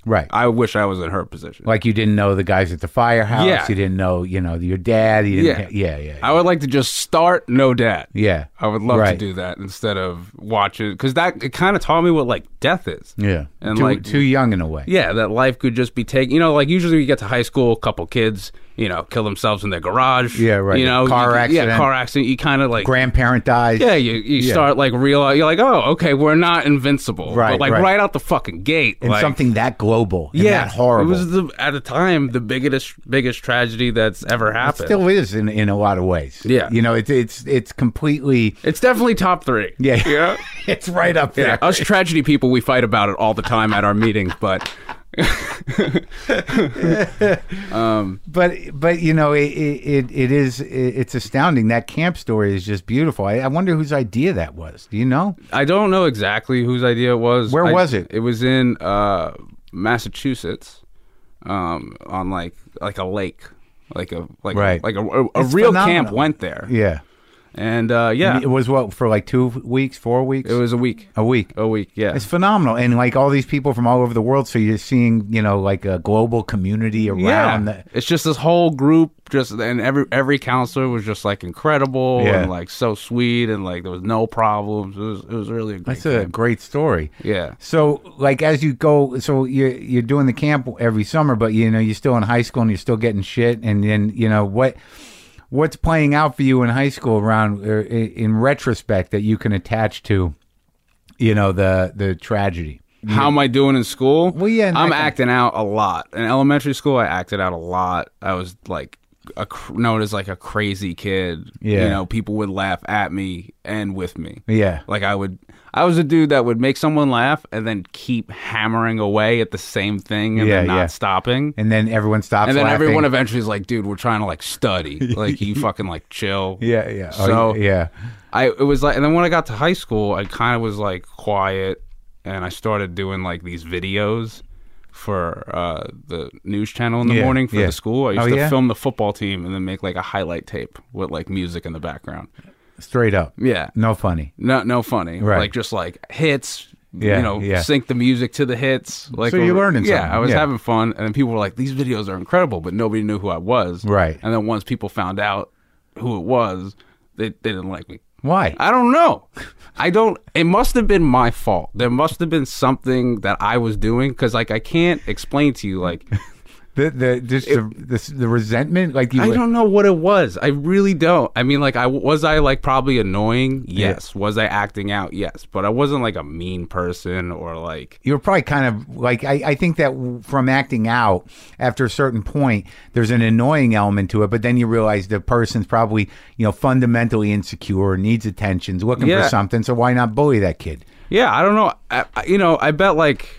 S1: right.
S2: I wish I was in her position.
S1: like you didn't know the guys at the firehouse.
S2: Yeah.
S1: You didn't know, you know, your dad. You didn't, yeah.
S2: Yeah.
S1: Yeah.
S2: I would like to just start no dad.
S1: yeah.
S2: I would love
S1: Right.
S2: to do that instead of watch it because that it kind of taught me what like death is.
S1: Yeah.
S2: And
S1: too,
S2: like-
S1: too young in a way.
S2: Yeah, that life could just be taken. You know, like usually you get to high school, couple kids, you know, kill themselves in their garage.
S1: Yeah, right.
S2: You know,
S1: Car
S2: you-
S1: accident.
S2: Yeah, car accident. You kind of like
S1: Grandparent dies.
S2: Yeah, you, you start like realize you're like, oh, okay, we're not invincible.
S1: Right,
S2: but like
S1: right.
S2: right, out the fucking gate.
S1: and
S2: like,
S1: something that global and that horrible.
S2: It was the, at the time the biggest biggest tragedy that's ever happened.
S1: still is in, in a lot of ways.
S2: Yeah.
S1: You know, it's it's it's completely
S2: it's definitely top three.
S1: Yeah.
S2: yeah,
S1: it's right up
S2: yeah.
S1: there.
S2: Us tragedy people, we fight about it all the time at our meetings, but
S1: But but you know, it it, it, it is it, it's astounding. That camp story is just beautiful. I, I wonder whose idea that was. Do you know?
S2: I don't know exactly whose idea it was.
S1: Where
S2: I-
S1: was it?
S2: It was in uh, Massachusetts, um, on like like a lake, like a like
S1: Right.
S2: like a, a, a
S1: It's
S2: real camp
S1: phenomenal.
S2: went there,
S1: Yeah.
S2: and uh, yeah,
S1: And It was what for like two weeks, four weeks?
S2: it was a week,
S1: a week.
S2: a week, yeah.
S1: It's phenomenal, and like all these people from all over the world. So you're seeing, you know, like a global community around.
S2: yeah.
S1: The,
S2: it's just this whole group just and every every counselor was just like incredible
S1: Yeah.
S2: and like so sweet and like there was no problems it was, it was really a great
S1: that's a
S2: camp.
S1: great story.
S2: yeah
S1: So, like, as you go, so you're you're doing the camp every summer, but you know you're still in high school and you're still getting shit, and then you know what what's playing out for you in high school around er, i- in retrospect that you can attach to, you know, the the tragedy.
S2: how am i doing in school
S1: Well, yeah, and
S2: i'm
S1: that kind-
S2: acting out a lot in elementary school i acted out a lot i was like a, cr- known as like a crazy kid
S1: Yeah.
S2: you know people would laugh at me and with me
S1: Yeah,
S2: Like I would, I was a dude that would make someone laugh and then keep hammering away at the same thing and
S1: Yeah,
S2: then not
S1: yeah.
S2: stopping.
S1: and then everyone stops.
S2: and then
S1: laughing.
S2: everyone eventually is like, dude, we're trying to like study. Like you fucking like chill.
S1: yeah, yeah, Oh,
S2: So
S1: yeah,
S2: I it was like, and then when I got to high school, I kind of was like quiet, and I started doing like these videos for uh, the news channel in the
S1: Yeah,
S2: morning for
S1: yeah.
S2: the school. I used
S1: Oh,
S2: to
S1: yeah?
S2: film the football team and then make like a highlight tape with like music in the background.
S1: straight up,
S2: Yeah,
S1: no funny.
S2: no, no funny.
S1: Right.
S2: Like just like hits.
S1: Yeah,
S2: you know,
S1: yeah.
S2: sync the music to the hits. Like,
S1: So you're learning
S2: Yeah,
S1: something.
S2: I was
S1: Yeah.
S2: having fun, and then people were like, "These videos are incredible," but nobody knew who I was.
S1: Right.
S2: And then once people found out who it was, they they didn't like me.
S1: Why?
S2: I don't know. I don't. It must have been my fault. There must have been something that I was doing because, like, I can't explain to you. Like,
S1: The the just the, the the resentment, like you.
S2: I don't know what it was. I really don't. I mean, like, I was I like probably annoying. Yes. Was I acting out? Yes. But I wasn't like a mean person or like.
S1: you're probably kind of like I, I think that w- from acting out after a certain point there's an annoying element to it but then you realize the person's probably you know fundamentally insecure needs attention looking
S2: Yeah.
S1: for something so why not bully that kid
S2: Yeah, I don't know. I, I- you know, I bet like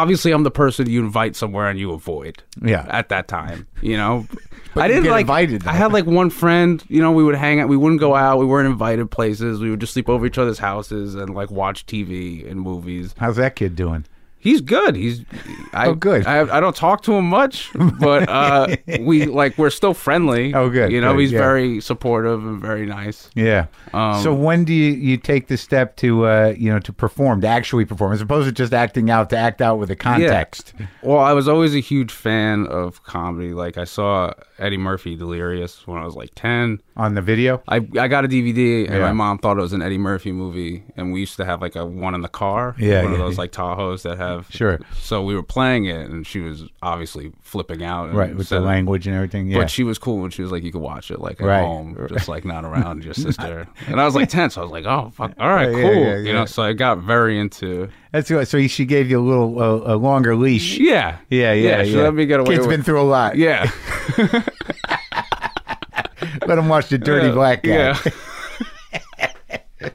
S2: obviously I'm the person you invite somewhere and you avoid.
S1: Yeah.
S2: At that time, you know. I
S1: you
S2: didn't
S1: get
S2: like
S1: invited, though.
S2: I had like one friend, you know, we would hang out, we wouldn't go out, we weren't invited places, we would just sleep over each other's houses and like watch TV and movies.
S1: How's that kid doing?
S2: He's good. He's I
S1: Oh, good.
S2: I, I don't talk to him much, but uh we like we're still friendly.
S1: Oh, good,
S2: You know,
S1: good,
S2: he's
S1: yeah.
S2: very supportive and very nice.
S1: Yeah.
S2: Um,
S1: so when do you, you take the step to uh, you know to perform, to actually perform, as opposed to just acting out, to act out with a context?
S2: Well, I was always a huge fan of comedy. Like I saw Eddie Murphy Delirious when I was like 10.
S1: on the video.
S2: I, I got a DVD and
S1: Yeah.
S2: my mom thought it was an Eddie Murphy movie and we used to have like a one in the car,
S1: Yeah,
S2: one of
S1: yeah,
S2: those like Tahoes that have
S1: Sure.
S2: So we were playing it and she was obviously flipping out, and
S1: Right, with the
S2: said-
S1: language and everything. Yeah.
S2: But she was cool when she was like, "You could watch it like at
S1: Right.
S2: home, just like not around your sister." And I was like ten, so I was like, "Oh fuck, all right,
S1: Yeah,
S2: cool,"
S1: yeah, yeah,
S2: you
S1: yeah.
S2: know. So I got very into,
S1: That's good. So she gave you a little uh, a longer leash.
S2: yeah,
S1: Yeah, yeah,
S2: She let me get away
S1: Kid's
S2: with,
S1: been through a lot.
S2: yeah,
S1: Let him watch the dirty
S2: Yeah.
S1: black guy.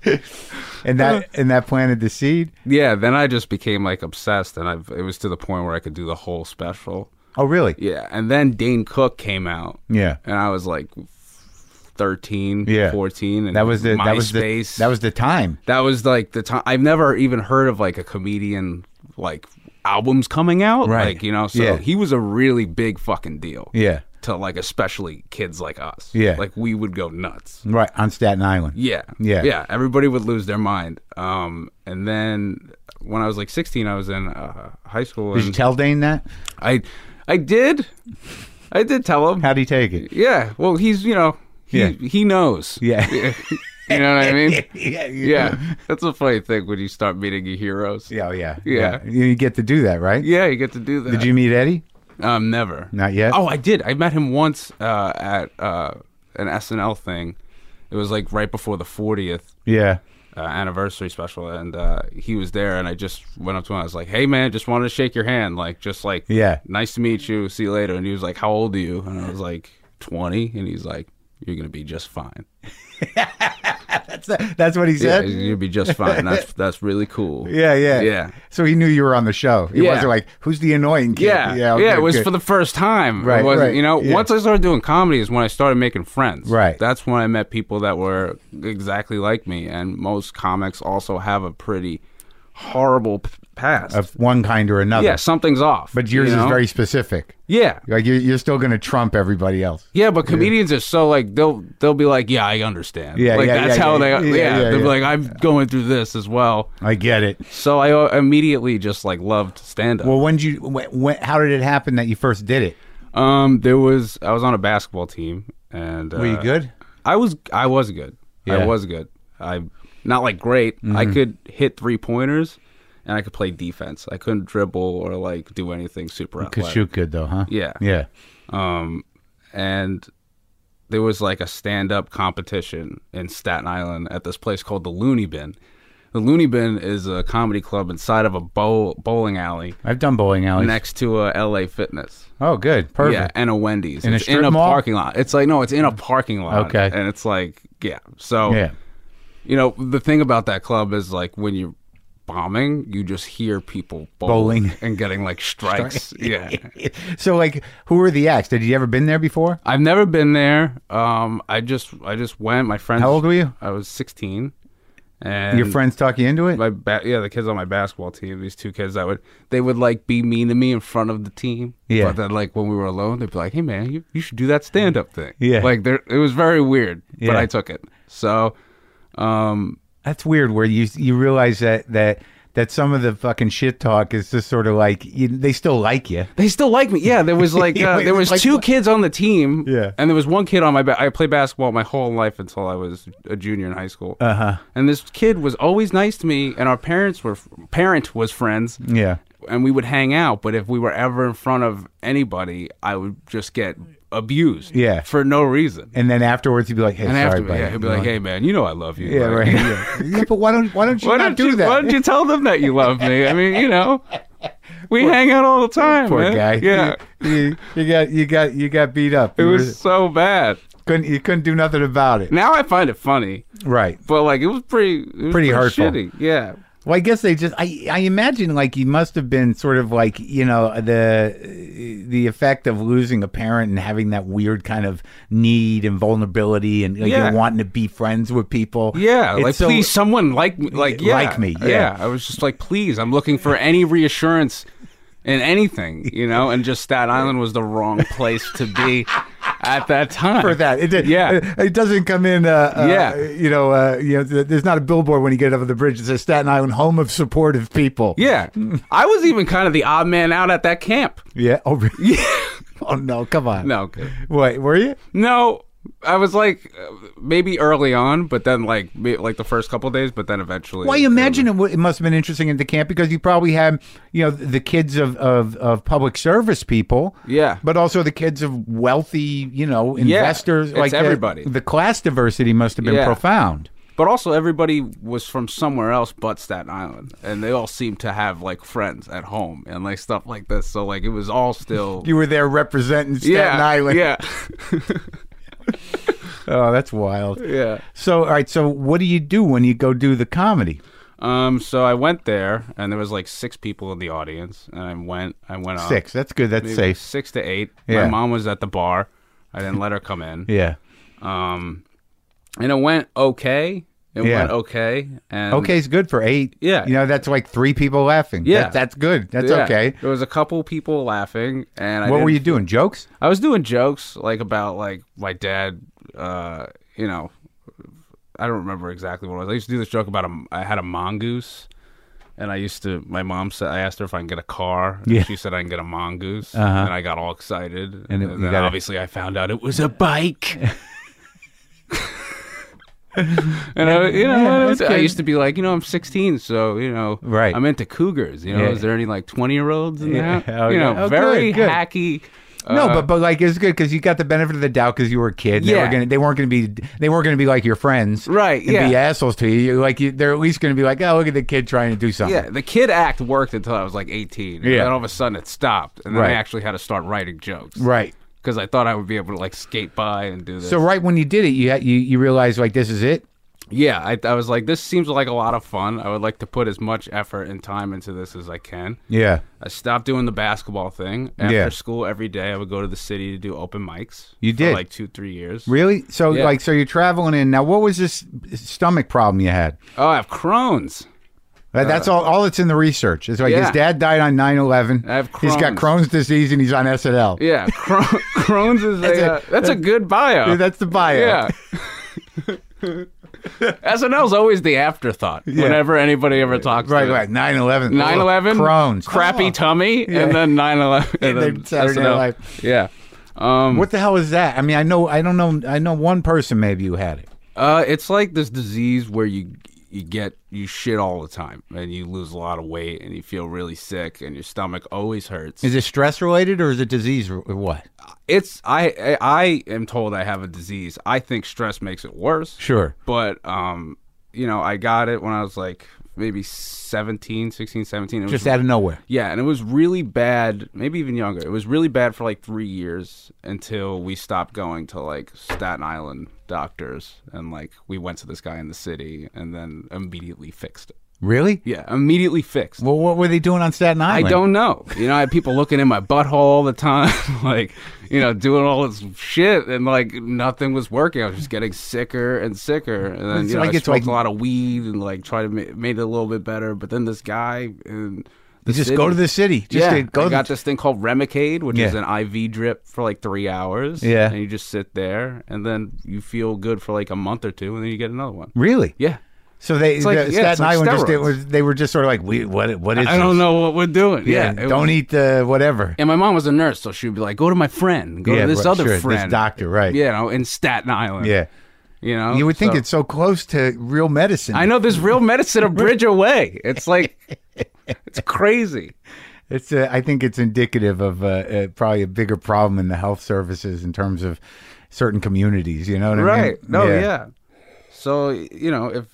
S2: Yeah.
S1: And that and that planted the seed.
S2: Yeah, then I just became like obsessed, and I've, it was to the point where I could do the whole special.
S1: Oh, really?
S2: Yeah, and then Dane Cook came out,
S1: Yeah.
S2: and I was like 13,
S1: Yeah.
S2: 14, and
S1: That was the that was the
S2: MySpace.
S1: that was the time.
S2: that was like the time I've never even heard of like a comedian like albums coming out,
S1: Right.
S2: Like you know, so
S1: Yeah.
S2: he was a really big fucking deal.
S1: Yeah.
S2: to like especially kids like us.
S1: Yeah.
S2: like we would go nuts.
S1: Right on Staten Island.
S2: Yeah.
S1: Yeah.
S2: Yeah. Everybody would lose their mind. Um, and then when I was like 16, I was in uh, high school.
S1: Did you
S2: and
S1: tell Dane that?
S2: I, I did, I did tell him.
S1: How would he take it?
S2: Yeah. Well, he's you know, he
S1: Yeah.
S2: he knows.
S1: Yeah.
S2: You know what I mean?
S1: yeah.
S2: yeah. That's a funny thing when you start meeting your heroes.
S1: Yeah. oh, Yeah.
S2: Yeah.
S1: You get to do that, right?
S2: Yeah, you get to do that.
S1: Did you meet Eddie?
S2: Um, never.
S1: Not yet?
S2: Oh, I did. I met him once uh, at uh, an SNL thing. It was like right before the 40th.
S1: Yeah.
S2: uh, anniversary special, and uh, he was there, and I just went up to him. I was like, "Hey, man, just wanted to shake your hand, like, just like,
S1: Yeah.
S2: nice to meet you. See you later." And he was like, "How old are you?" And I was like, 20. and he's like, "You're gonna be just fine.
S1: That's that's what he
S2: Yeah,
S1: said.
S2: you'll be just fine. That's that's really cool.
S1: Yeah, yeah,
S2: yeah."
S1: So he knew you were on the show. He
S2: Yeah.
S1: wasn't like, "Who's the annoying kid?"
S2: Yeah, yeah,
S1: okay,
S2: it was
S1: good.
S2: for the first time.
S1: Right,
S2: It wasn't,
S1: right,
S2: You know,
S1: yeah.
S2: once I started doing comedy is when I started making friends.
S1: Right.
S2: That's when I met people that were exactly like me, and most comics also have a pretty horrible p- past
S1: of one kind or another.
S2: yeah, something's off.
S1: but yours
S2: you know?
S1: is very specific.
S2: yeah,
S1: Like you're, you're still going to trump everybody else.
S2: yeah. But comedians are so like they'll they'll be like, yeah, I understand.
S1: Yeah,
S2: like
S1: yeah,
S2: that's
S1: yeah,
S2: how
S1: yeah,
S2: they
S1: yeah,
S2: yeah.
S1: yeah,
S2: they'll
S1: yeah.
S2: be like, I'm going through this as well.
S1: I get it.
S2: So I uh, immediately just like loved stand up.
S1: Well, when did you? When, when, how did it happen that you first did it?
S2: um, there was I was on a basketball team and uh,
S1: Were you good?
S2: I was I was good.
S1: Yeah. Mm-hmm.
S2: I was good. I not like great. I could hit three pointers and I could play defense. I couldn't dribble or like do anything super
S1: Could
S2: athletic.
S1: shoot good though, huh?
S2: Yeah.
S1: Yeah.
S2: um, and there was like a stand-up competition in Staten Island at this place called the Looney Bin. The Looney Bin is a comedy club inside of a bowl, bowling alley
S1: I've done bowling alleys.
S2: next to uh, a LA Fitness.
S1: Oh, good.
S2: Yeah,
S1: Perfect.
S2: and a Wendy's.
S1: In a
S2: it's in
S1: strip
S2: a
S1: mall?
S2: parking lot. It's like no, it's in a parking lot.
S1: Okay.
S2: and it's like yeah. So
S1: Yeah.
S2: you know the thing about that club is like when you're bombing, you just hear people bowling,
S1: Bowling.
S2: and getting like strikes. yeah,
S1: So, like, who were the acts? Did you ever been there before?
S2: I've never been there. Um, I just I just went. My friends.
S1: How old were you?
S2: I was sixteen. And
S1: Your friends talk you into it?
S2: my ba- yeah, the kids on my basketball team. These two kids that would they would like be mean to me in front of the team.
S1: Yeah.
S2: But then like when we were alone, they'd be like, "Hey man, you, you should do that stand up thing."
S1: Yeah.
S2: Like there, it was very weird, but
S1: Yeah.
S2: I took it. So, um,
S1: That's weird. Where you you realize that that that some of the fucking shit talk is just sort of like you, they still like you.
S2: They still like me. Yeah, there was like
S1: Yeah,
S2: uh,
S1: wait,
S2: there was
S1: like
S2: two
S1: what?
S2: kids on the team.
S1: Yeah.
S2: and there was one kid on my back. I played basketball my whole life until I was a junior in high school. Uh
S1: Uh-huh.
S2: huh. And this kid was always nice to me, and our parents were parent was friends,
S1: Yeah.
S2: and we would hang out. But if we were ever in front of anybody, I would just get abused.
S1: Yeah.
S2: for no reason.
S1: And then afterwards, you'd be like, "Hey,
S2: And
S1: sorry,
S2: after
S1: buddy."
S2: yeah, he'd be like, "Hey man, you know I love you."
S1: yeah,
S2: Like,
S1: right. Yeah. Yeah, but why don't why don't you
S2: Why
S1: not
S2: don't
S1: do
S2: you,
S1: that?
S2: Why don't you tell them that you love me? I mean, you know, we hang out all the time.
S1: Poor
S2: man.
S1: guy.
S2: Yeah.
S1: You, you- you got you got you got beat up.
S2: It
S1: you
S2: was so bad.
S1: were- couldn't you couldn't do nothing about it.
S2: Now I find it funny,
S1: Right.
S2: but like it was pretty, it was
S1: Pretty hurtful.
S2: shitty. Yeah,
S1: Well, I guess they just I I imagine like he must have been sort of like, you know, the the effect of losing a parent and having that weird kind of need and vulnerability and like,
S2: Yeah.
S1: wanting to be friends with people.
S2: Yeah,
S1: It's
S2: like
S1: so-
S2: please, someone like me, like yeah,
S1: Like me, yeah.
S2: Yeah. I was just like, please, I'm looking for any reassurance in anything, you know. And just Staten Island was the wrong place to be at that time.
S1: for that. It, did-
S2: Yeah.
S1: it, it doesn't come in. Uh, uh,
S2: Yeah.
S1: you know, uh, you know. th- There's not a billboard when you get over the bridge. It says Staten Island, home of supportive people.
S2: Yeah, I was even kind of the odd man out at that camp.
S1: yeah. Oh, really? oh no, come on.
S2: No, okay.
S1: Wait, were you?
S2: no, I was like uh, maybe early on, but then like ma- like the first couple days, but then eventually.
S1: Well, I imagine it, w- it must have been interesting at the camp because you probably had, you know, the kids of, of, of public service people.
S2: Yeah.
S1: But also the kids of wealthy, you know, investors.
S2: it's
S1: like the-
S2: everybody.
S1: The, class diversity must have been
S2: Yeah.
S1: profound.
S2: But also, everybody was from somewhere else but Staten Island, and they all seemed to have like friends at home and like stuff like this. So like it was all still
S1: You were there representing Staten
S2: yeah,
S1: Island.
S2: Yeah,
S1: Oh, that's wild.
S2: yeah.
S1: So, all right. So, what do you do when you go do the comedy?
S2: Um, so I went there, and there was like six people in the audience, and I went, I went up
S1: Six. That's good. That's
S2: Uh, maybe
S1: safe.
S2: six to eight.
S1: Yeah.
S2: My mom was at the bar. I didn't let her come in.
S1: Yeah.
S2: Um, and it went okay. It
S1: Yeah.
S2: went okay. And
S1: Okay, is good for eight.
S2: Yeah.
S1: You know, that's like three people laughing.
S2: Yeah.
S1: That- that's good. That's
S2: yeah,
S1: okay.
S2: There was a couple people laughing, and I
S1: What were
S2: didn't
S1: you doing? Jokes?
S2: I was doing jokes like about like my dad. Uh, you know, I don't remember exactly what it was. I used to do this joke about a, I had a mongoose, and I used to. My mom said I asked her if I can get a car. And
S1: Yeah.
S2: She said I can get a mongoose,
S1: Uh-huh.
S2: and I got all excited.
S1: And
S2: And,
S1: it- you
S2: then
S1: got a-
S2: obviously I found out it was a bike. And I, you know,
S1: Yeah,
S2: I, was-
S1: that's
S2: I
S1: good.
S2: used to be like, you know, I'm 16, so you know,
S1: Right.
S2: I'm into cougars. You know,
S1: Yeah.
S2: is there any like 20 year olds in
S1: Yeah.
S2: that?
S1: Oh,
S2: you know,
S1: yeah. Oh,
S2: very
S1: good, good.
S2: hacky.
S1: no,
S2: uh,
S1: but but like it's good because you got the benefit of the doubt because you were a kid. They were
S2: Yeah.
S1: gonna they weren't gonna be they weren't gonna be like your friends,
S2: Right,
S1: And
S2: yeah.
S1: be assholes to you. You're Like you, they're at least gonna be like, oh, look at the kid trying to do something.
S2: Yeah, the kid act worked until I was like 18. And
S1: Yeah.
S2: then all of a sudden it stopped. And then
S1: Right.
S2: I actually had to start writing jokes.
S1: Right.
S2: Because I thought I would be able to like skate by and do this.
S1: So right when you did it, you had, you you realized like this is it.
S2: yeah, I, I was like, this seems like a lot of fun. I would like to put as much effort and time into this as I can.
S1: Yeah.
S2: I stopped doing the basketball thing. After
S1: Yeah.
S2: school, every day I would go to the city to do open mics.
S1: You
S2: for,
S1: did?
S2: like two, three years.
S1: Really? So
S2: Yeah.
S1: like so you're traveling in now. What was this stomach problem you had?
S2: Oh, I have Crohn's.
S1: That- That's all. All that's in the research. It's like his
S2: Uh, yeah.
S1: dad died on 9-11.
S2: I have
S1: He's got Crohn's
S2: Crohn's.
S1: disease and he's on SNL.
S2: Yeah, Cro- Crohn's is
S1: That's a-
S2: a, uh, that's a good bio.
S1: Dude, that's the bio.
S2: Yeah. SNL's always the afterthought whenever anybody ever talks
S1: Right,
S2: to
S1: right. 9-11.
S2: 9 11,
S1: Crohn's.
S2: crappy
S1: Oh.
S2: tummy, and then 9 11.
S1: And then Saturday Night Live.
S2: Yeah. Um,
S1: What the hell is that? I mean, I know, I don't know, I know one person maybe who had it.
S2: uh, it's like this disease where you you get you shit all the time and you lose a lot of weight and you feel really sick and your stomach always hurts.
S1: Is it stress related or is it disease or what?
S2: It's I I I am told I have a disease. I think stress makes it worse.
S1: Sure.
S2: but um you know i got it when i was like maybe 17 16 17 it was,
S1: Just out of nowhere.
S2: yeah and it was really bad maybe even younger it was really bad for like three years until we stopped going to like staten island doctors and like we went to this guy in the city and then immediately fixed it
S1: Really?
S2: yeah immediately fixed
S1: Well, what were they doing on Staten
S2: I
S1: Island?
S2: don't know. You know, I had people looking in my butthole all the time, like, you know, doing all this shit, and like nothing was working. I was just getting sicker and sicker, and then
S1: It's
S2: you know,
S1: like
S2: I
S1: it's
S2: smoked
S1: like-
S2: a lot of weed and like tried to ma- made it a little bit better. But then this guy and
S1: You just go to the city. Just
S2: yeah,
S1: to go
S2: I
S1: to-
S2: got this thing called Remicade, which is
S1: Yeah.
S2: an IV drip for like three hours.
S1: Yeah.
S2: and you just sit there, and then you feel good for like a month or two, and then you get another one.
S1: Really?
S2: Yeah,
S1: So they
S2: It's like-
S1: the
S2: yeah,
S1: Staten
S2: it's like
S1: Island just
S2: steroids.
S1: it was, they were just sort of like we what what is
S2: I don't
S1: this?
S2: know what we're doing.
S1: Yeah,
S2: Yeah, it
S1: don't
S2: was-
S1: eat the whatever.
S2: And my mom was a nurse, so she would be like, "Go to my friend, go
S1: yeah,
S2: to this
S1: right,
S2: other
S1: sure, This
S2: friend,
S1: doctor, right?
S2: you know, in Staten Island.
S1: Yeah.
S2: you know,
S1: You would think
S2: so-
S1: it's so close to real medicine.
S2: I know there's real medicine a bridge away. It's like, it's crazy.
S1: It's uh, I think it's indicative of uh, uh, probably a bigger problem in the health services in terms of certain communities. You know what I mean?
S2: Right? No, yeah. So you know, if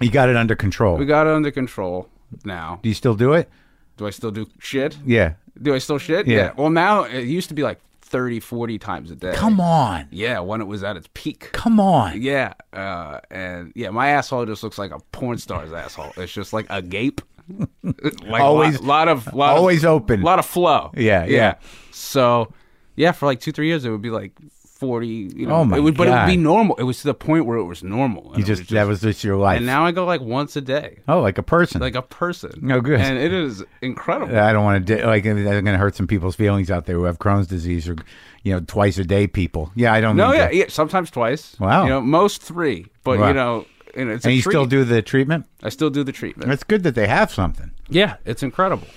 S1: You got it under control.
S2: we got it under control now,
S1: do you still do it?
S2: do I still do shit?
S1: Yeah.
S2: Do I still shit?
S1: Yeah.
S2: Well, now it used to be like 30, 40 times a day.
S1: Come on.
S2: Yeah, when it was at its peak.
S1: Come on.
S2: Yeah, uh, and yeah, my asshole just looks like a porn star's asshole. It's just like a gape. like
S1: Always-
S2: a lot, lot of lot
S1: always
S2: of,
S1: open.
S2: lot of flow.
S1: Yeah, yeah.
S2: So, yeah, for like two, three years, it would be like forty. You know,
S1: Oh my
S2: it would, but it would be
S1: God.
S2: normal. It was to the point where it was normal. And
S1: You
S2: it
S1: just, that was just your life.
S2: and now I go like once a day,
S1: oh, like a person.
S2: like a person.
S1: Oh, good.
S2: And it is incredible.
S1: I don't want to di- like I'm going to hurt some people's feelings out there who have Crohn's disease or you know twice a day people. Yeah, I don't.
S2: No,
S1: mean to-
S2: yeah, yeah, sometimes twice.
S1: Wow.
S2: You know, most three, but
S1: Wow.
S2: you know, and it's a
S1: And you
S2: treat.
S1: still do the treatment.
S2: I still do the treatment.
S1: It's good that they have something.
S2: Yeah, it's incredible.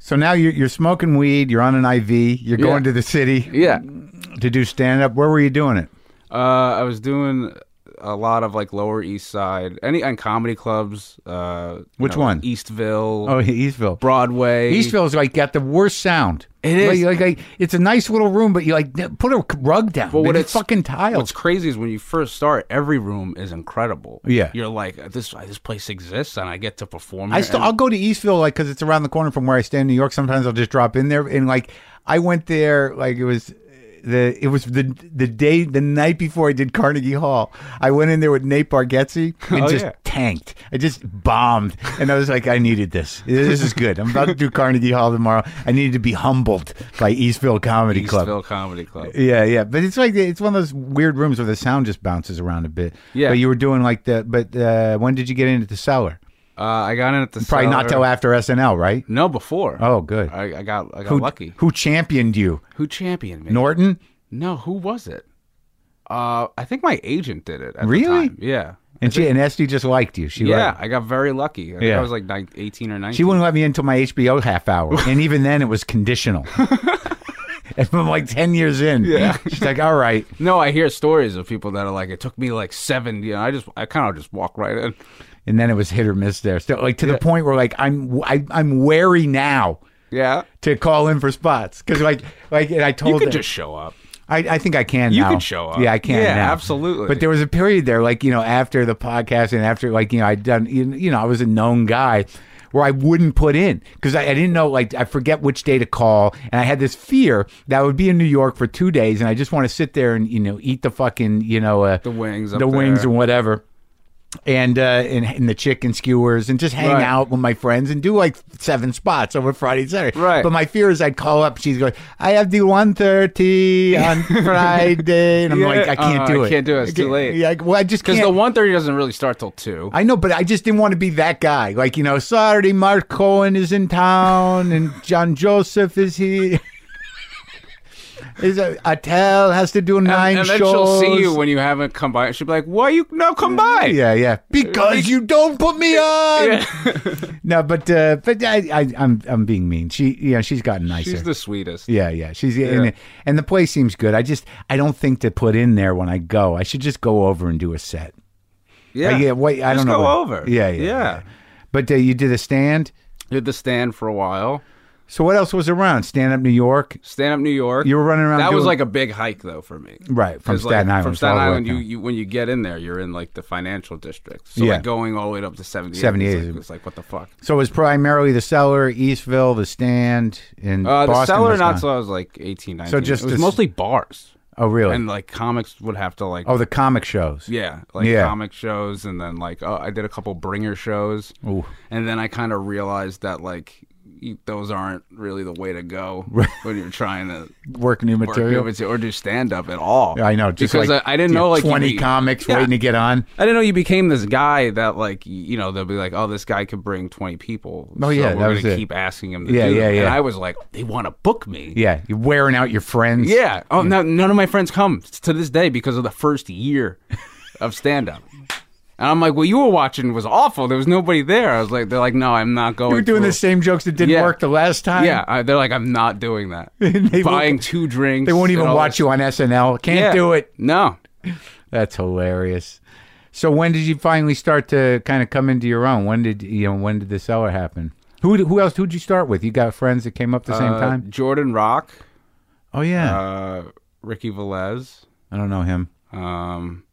S1: So now you're, you're smoking weed. You're on an IV. You're going to the city
S2: Yeah.
S1: to do stand up. Where were you doing it?
S2: Uh, I was doing a lot of like Lower East Side, any and comedy clubs. Uh, you
S1: Which
S2: know,
S1: one?
S2: Eastville,
S1: Oh, Eastville.
S2: Broadway.
S1: Eastville's like got the worst sound.
S2: It is.
S1: like, like, like, it's a nice little room, but you like put a rug down.
S2: But
S1: But
S2: what
S1: it's
S2: it's-
S1: fucking tiles.
S2: What's crazy is when you first start, every room is incredible.
S1: Yeah.
S2: you're like this. This place exists, and I get to perform.
S1: I
S2: here,
S1: still
S2: and-
S1: I'll go to Eastville like because it's around the corner from where I stay in New York. Sometimes I'll just drop in there and like I went there like it was the it was the the day the night before I did Carnegie Hall. I went in there with Nate Bargatze and
S2: Oh,
S1: just
S2: yeah.
S1: tanked. I just bombed and I was like I needed this. This is good. I'm about to do Carnegie Hall tomorrow. I needed to be humbled by Eastville Comedy Club.
S2: Eastville Comedy Club.
S1: Yeah, yeah, but it's like it's one of those weird rooms where the sound just bounces around a bit.
S2: Yeah.
S1: but you were doing like the. But uh, when did you get into the cellar?
S2: Uh, I got in at the
S1: Probably not
S2: Cellar-
S1: till after SNL, right?
S2: no before.
S1: Oh, good.
S2: I, I got I got
S1: who,
S2: lucky.
S1: Who championed you?
S2: Who championed me?
S1: Norton?
S2: no, who was it? Uh, I think my agent did it. At
S1: Really?
S2: The time. Yeah.
S1: And she and Esty just liked you. She
S2: yeah,
S1: liked-
S2: I got very lucky. I, think
S1: Yeah.
S2: I was like nine, 18 or 19.
S1: she wouldn't let me into my HBO half hour. and even then it was conditional. and I'm like ten years in. Yeah. She's like, All right.
S2: No, I hear stories of people that are like, it took me like seven. You know, I just, I kind of just walk right in.
S1: And then it was hit or miss there. Still like to the point where like I'm I, I'm wary now
S2: Yeah,
S1: to call in for spots. Because like like and I told
S2: you could
S1: her-
S2: just show up.
S1: I, I think I can
S2: You
S1: now.
S2: can show up.
S1: Yeah, I can
S2: Yeah,
S1: now.
S2: absolutely.
S1: But there was a period there, like, you know, after the podcast and after, like, you know, I'd done, you you know, I was a known guy where I wouldn't put in because I, I didn't know, like, I forget which day to call. And I had this fear that I would be in New York for two days and I just want to sit there and, you know, eat the fucking, you know, uh,
S2: The wings up
S1: the wings
S2: there.
S1: and whatever. And, uh, and and the chicken skewers and just hang
S2: Right.
S1: out with my friends and do like seven spots over Friday and Saturday.
S2: Right.
S1: But my fear is I'd call up. She's going, I have the one thirty on Friday, and I'm
S2: Yeah.
S1: like, I can't
S2: Uh,
S1: do
S2: I
S1: it.
S2: can't do it. It's
S1: I
S2: too
S1: can't-
S2: late.
S1: Yeah, well, I just
S2: Because
S1: can't.
S2: the 130 doesn't really start till 2.
S1: I know, but I just didn't want to be that guy. Like you know, Saturday, Mark Cohen is in town, and John Joseph is here. Is a Attell has to do nine
S2: and, and then
S1: shows.
S2: she'll see you when you haven't come by. She'll be like, why you, no, come by.
S1: Yeah, yeah. Because you don't put me on. No, but uh, but I, I, I'm I'm being mean. She, you know, she's gotten nicer.
S2: She's the sweetest.
S1: Yeah, yeah. She's And, and the place seems good. I just I don't think to put in there when I go. I should just go over and do a set.
S2: Yeah.
S1: Uh, yeah wait, I
S2: Just
S1: don't know.
S2: go
S1: what-
S2: over.
S1: Yeah, yeah.
S2: Yeah.
S1: But uh, you did a stand.
S2: Did the stand for a while.
S1: So what else was around? Stand up New York.
S2: Stand up New York.
S1: You were running around.
S2: that was
S1: doing-
S2: like a big hike though for me.
S1: Right, from
S2: 'Cause, like,
S1: Staten Island,
S2: From
S1: it's all
S2: Staten
S1: the way
S2: Island,
S1: up
S2: you,
S1: now.
S2: you when you get in there, you're in like the financial district. So
S1: Yeah.
S2: like going all the way up to 78.
S1: 78.
S2: It's like, it's like, what the fuck.
S1: so it was primarily the cellar, Eastville, the stand, and
S2: Uh, the
S1: Boston
S2: cellar
S1: was
S2: not
S1: gone.
S2: till I was like 18, 19.
S1: So just
S2: it was
S1: this-
S2: mostly bars
S1: Oh really?
S2: and like comics would have to like
S1: oh, the comic shows.
S2: yeah like
S1: Yeah.
S2: comic shows and then like oh, I did a couple bringer shows
S1: Ooh.
S2: and then I kind of realized that like you, those aren't really the way to go when you're trying to
S1: Work new
S2: work
S1: material.
S2: over to- or do stand up at all.
S1: I know. Just
S2: because
S1: like
S2: I, I didn't
S1: you
S2: know like you
S1: twenty
S2: be-
S1: comics
S2: Yeah.
S1: waiting to get on.
S2: I didn't know you became this guy that like y- you know they'll be like, oh, this guy could bring twenty people.
S1: Oh,
S2: so
S1: yeah,
S2: we're
S1: that
S2: gonna
S1: was it.
S2: keep asking him. To
S1: Yeah,
S2: do
S1: yeah,
S2: them.
S1: yeah.
S2: And I was like, they want to book me.
S1: Yeah, you're wearing out your friends.
S2: Yeah. Oh
S1: Hmm.
S2: no, none of my friends come to this day because of the first year of stand up. And I'm like, well, you were watching was awful. There was nobody there. I was like, they're like, no, I'm not going.
S1: You were doing
S2: to-
S1: the same jokes that didn't
S2: Yeah.
S1: work the last time.
S2: Yeah, I, they're like, I'm not doing that.
S1: They
S2: Buying
S1: won't-
S2: two drinks.
S1: They won't even
S2: and all
S1: watch
S2: this-
S1: you on SNL. Can't
S2: Yeah.
S1: do it.
S2: No,
S1: That's hilarious. So when did you finally start to kind of come into your own? When did you know? When did the seller happen? Who who else? Who'd you start with? You got friends that came up the same
S2: Uh,
S1: time.
S2: Jordan Rock,
S1: Oh yeah,
S2: uh, Ricky Velez.
S1: I don't know him.
S2: Um,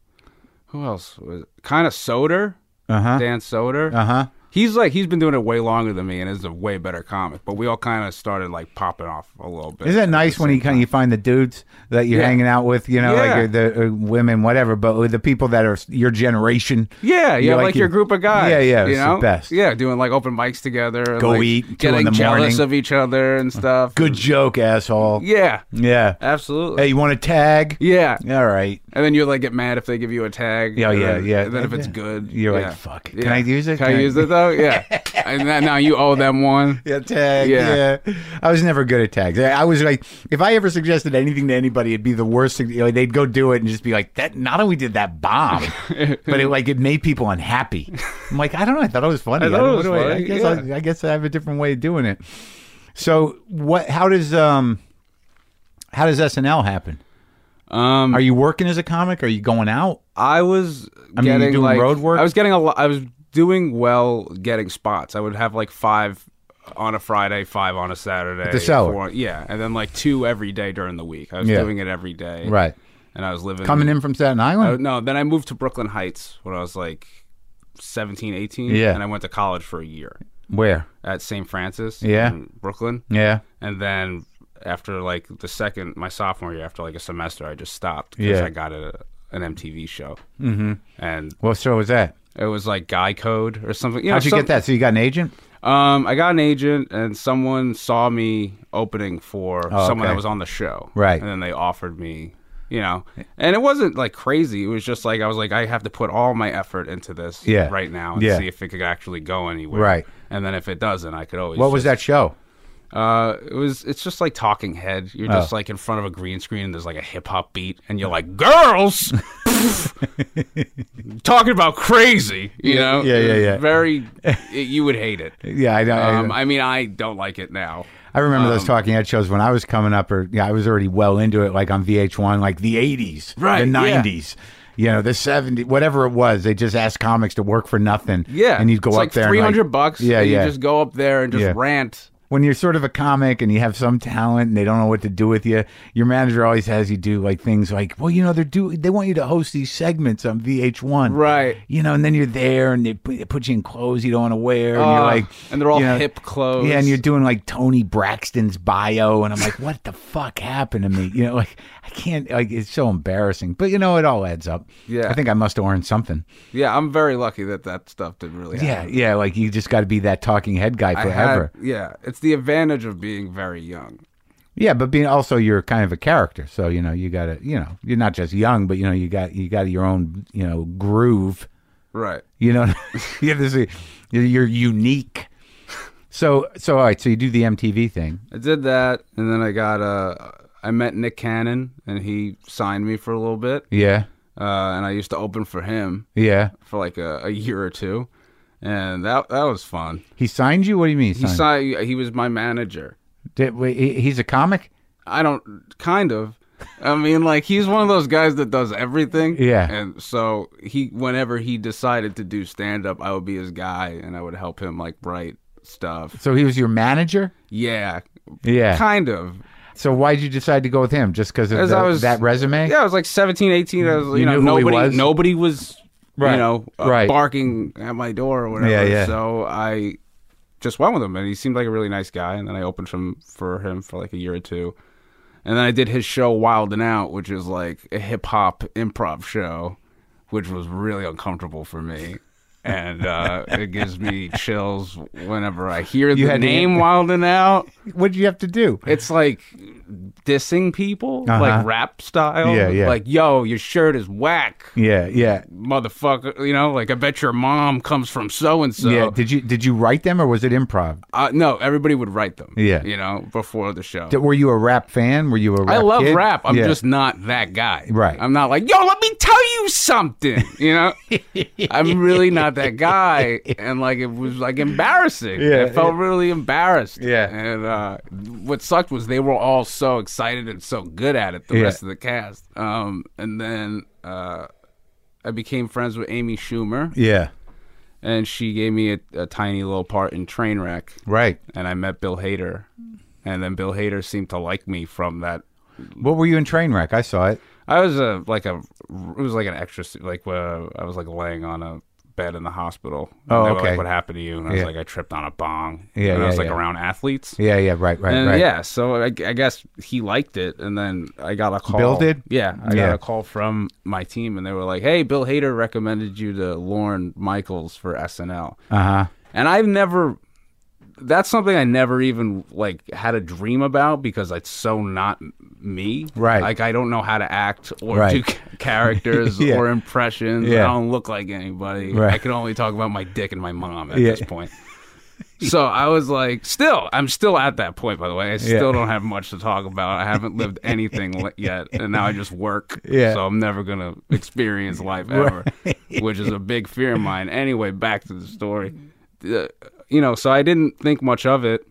S2: who else was kind of Soder?
S1: Uh huh.
S2: Dan Soder.
S1: Uh huh.
S2: He's like he's been doing it way longer than me, and is a way better comic. But we all kind of started like popping off a little bit.
S1: Isn't that nice when you kind of you find the dudes that you're
S2: Yeah.
S1: hanging out with, you know,
S2: Yeah.
S1: like uh, the uh, women, whatever, but with the people that are s- your generation.
S2: Yeah, yeah,
S1: You
S2: like,
S1: like
S2: your
S1: it.
S2: group of guys.
S1: Yeah, yeah,
S2: you
S1: it's the
S2: know?
S1: best.
S2: Yeah, doing like open mics together.
S1: Go
S2: like,
S1: eat, two in
S2: getting
S1: the
S2: jealous
S1: morning. Uh,
S2: of each other and stuff.
S1: Good joke, asshole.
S2: Yeah,
S1: Yeah.
S2: absolutely.
S1: Hey, you want a tag?
S2: Yeah,
S1: All right.
S2: and then you like get mad if they give you a tag.
S1: Yeah,
S2: and
S1: yeah,
S2: then-
S1: yeah.
S2: And then if it's
S1: Yeah.
S2: good,
S1: You're
S2: yeah.
S1: like, fuck. Can
S2: Yeah.
S1: I use it?
S2: Can I use it though? Yeah. and that, now you owe them one.
S1: Yeah, tag.
S2: Yeah.
S1: Yeah. I was never good at tags. I I was like, if I ever suggested anything to anybody, it'd be the worst thing. You know, they'd go do it and just be like, that. Not only did that bomb, but it like it made people unhappy. I'm like, I don't know. I thought it was funny.
S2: I thought
S1: don't-
S2: it was
S1: what do I- I
S2: funny,
S1: guess
S2: yeah.
S1: I, I guess I have a different way of doing it. So what? How does um, how does SNL happen?
S2: Um,
S1: Are you working as a comic? Are you going out?
S2: I was
S1: I mean, you
S2: getting
S1: doing
S2: like
S1: road work?
S2: I was getting a lot. I was doing well getting spots. I would have like five on a Friday, five on a Saturday.
S1: the cellar.
S2: four- yeah, and then like two every day during the week. I was
S1: Yeah.
S2: doing it every day.
S1: Right.
S2: And I was living
S1: Coming in from Staten
S2: I-
S1: Island?
S2: no, then I moved to Brooklyn Heights when I was like 17, 18.
S1: Yeah.
S2: And I went to college for a year
S1: Where?
S2: at St. Francis.
S1: Yeah.
S2: in Brooklyn.
S1: Yeah.
S2: And then after like the second, my sophomore year, after like a semester, I just stopped because
S1: Yeah.
S2: I got a, an MTV show. Mm-hmm. And
S1: What show was that?
S2: it was like Guy Code or something. You know,
S1: How'd you
S2: some-
S1: get that? So you got an agent?
S2: Um, I got an agent, and someone saw me opening for someone
S1: Oh, okay.
S2: that was on the show.
S1: Right.
S2: And then they offered me, you know, and it wasn't like crazy. It was just like I was like, I have to put all my effort into this
S1: Yeah.
S2: right now and
S1: Yeah.
S2: see if it could actually go anywhere.
S1: Right.
S2: And then if it doesn't, I could always.
S1: What was that show?
S2: Uh, it was. It's just like Talking Head. You're
S1: Oh.
S2: just like in front of a green screen, and there's like a hip hop beat, and you're like, "Girls, talking about crazy," you know?
S1: yeah, yeah, yeah.
S2: Very. It, you would hate it.
S1: Yeah, I know.
S2: Um, I mean, I don't like it now.
S1: I remember
S2: Um,
S1: those talking head shows when I was coming up, or yeah, I was already well into it, like on VH1, like the 80s,
S2: Right,
S1: the
S2: yeah.
S1: 90s, you know, the 70s, whatever it was. They just asked comics to work for nothing.
S2: Yeah,
S1: And you'd go
S2: it's
S1: up
S2: like
S1: there. and,
S2: three hundred
S1: like-
S2: bucks.
S1: Yeah,
S2: and
S1: yeah.
S2: You just go up there and just
S1: Yeah.
S2: rant.
S1: when you're sort of a comic and you have some talent and they don't know what to do with you, your manager always has you do like things like, well, you know, they're do they want you to host these segments on VH1,
S2: Right.
S1: You know, and then you're there and they put, they put you in clothes you don't want to wear, and
S2: Uh,
S1: you're like,
S2: and they're all
S1: you know,
S2: hip clothes.
S1: Yeah, and you're doing like Tony Braxton's bio, and I'm like, what the fuck happened to me? You know, like I can't, like it's so embarrassing. But you know, it all adds up.
S2: Yeah.
S1: I think I must have learned something.
S2: yeah. I'm very lucky that that stuff didn't really.
S1: Yeah,
S2: happen.
S1: yeah, like you just got to be that talking head guy
S2: I
S1: forever.
S2: had- yeah, it's the advantage of being very young.
S1: Yeah, but being also you're kind of a character, so you know you got to you know you're not just young, but you know you got you got your own you know groove.
S2: Right.
S1: You know, you have this you're, you're unique. So so all right, so you do the MTV thing.
S2: I did that, and then I got uh, I met Nick Cannon, and he signed me for a little bit,
S1: Yeah,
S2: uh, and I used to open for him
S1: yeah.
S2: for like a, a year or two, and that that was fun.
S1: He signed you. What do you mean? He
S2: He
S1: signed.
S2: signed. He was my manager.
S1: Did- wait, he- he's a comic.
S2: I don't kind of. I mean, like he's one of those guys that does everything.
S1: Yeah.
S2: And so he, whenever he decided to do stand up, I would be his guy, and I would help him like write stuff.
S1: So he was your manager.
S2: Yeah,
S1: Yeah.
S2: kind of.
S1: So why'd you decide to go with him? Just because of
S2: As
S1: the-
S2: I was-
S1: that resume?
S2: Yeah, I was like 17, 18. I was, you,
S1: You
S2: know,
S1: knew who he
S2: nobody,
S1: was?
S2: nobody was,
S1: Right,
S2: you know, uh,
S1: right.
S2: barking at my door or whatever.
S1: Yeah, yeah.
S2: So I just went with him, and he seemed like a really nice guy. And then I opened him for him for like a year or two, and then I did his show Wild and Out, which is like a hip hop improv show, which was really uncomfortable for me. And uh, it gives me chills whenever I hear the
S1: had to-
S2: name Wild and Out.
S1: What did you have to do?
S2: It's like dissing people,
S1: Uh-huh.
S2: like rap style.
S1: Yeah, yeah.
S2: Like, yo, your shirt is whack,
S1: Yeah, yeah,
S2: motherfucker. You know, like I bet your mom comes from so and
S1: yeah.
S2: so.
S1: Did you did you write them or was it improv?
S2: No, everybody would write them.
S1: Yeah.
S2: you know, before the show.
S1: Did- Were you a rap fan? Were you a rap
S2: I love
S1: kid?
S2: rap. I'm
S1: Yeah.
S2: just not that guy.
S1: Right.
S2: I'm not like, yo, let me tell you something. You know, I'm really not that guy. And like, it was like embarrassing.
S1: Yeah,
S2: I felt really embarrassed.
S1: Yeah.
S2: And uh, what sucked was they were all so excited and so good at it, the
S1: Yeah.
S2: rest of the cast. Um, and then uh, I became friends with Amy Schumer,
S1: Yeah.
S2: and she gave me a, a tiny little part in Trainwreck
S1: Right.
S2: and I met Bill Hader, and then Bill Hader seemed to like me from that.
S1: What were you in Trainwreck? I saw it.
S2: uh, I was a like a it was like an extra like uh, I was like laying on a bed in the hospital.
S1: Oh,
S2: They were
S1: okay.
S2: Like, what happened to you? And I was
S1: Yeah.
S2: like, I tripped on a bong.
S1: Yeah,
S2: and I
S1: yeah,
S2: was like
S1: yeah.
S2: around athletes.
S1: Yeah, yeah, right, right,
S2: And
S1: right.
S2: yeah, so I, I guess he liked it, and then I got a call.
S1: Bill did?
S2: Yeah, I
S1: Yeah.
S2: got a call from my team, and they were like, "Hey, Bill Hader recommended you to Lauren Michaels for SNL,"
S1: Uh huh.
S2: and I've never. That's something I never even like had a dream about because it's so not m- me.
S1: Right.
S2: Like I don't know how to act or
S1: Right.
S2: do c- characters
S1: Yeah.
S2: or impressions.
S1: Yeah.
S2: I don't look like anybody.
S1: Right.
S2: I can only talk about my dick and my mom at
S1: Yeah.
S2: this point. So I was like, still, I'm still at that point, by the way. I still don't have much to talk about. I haven't lived anything li- yet. And now I just work.
S1: Yeah.
S2: So I'm never going to experience life ever, which is a big fear of mine. Anyway, back to the story. The- you know, so I didn't think much of it.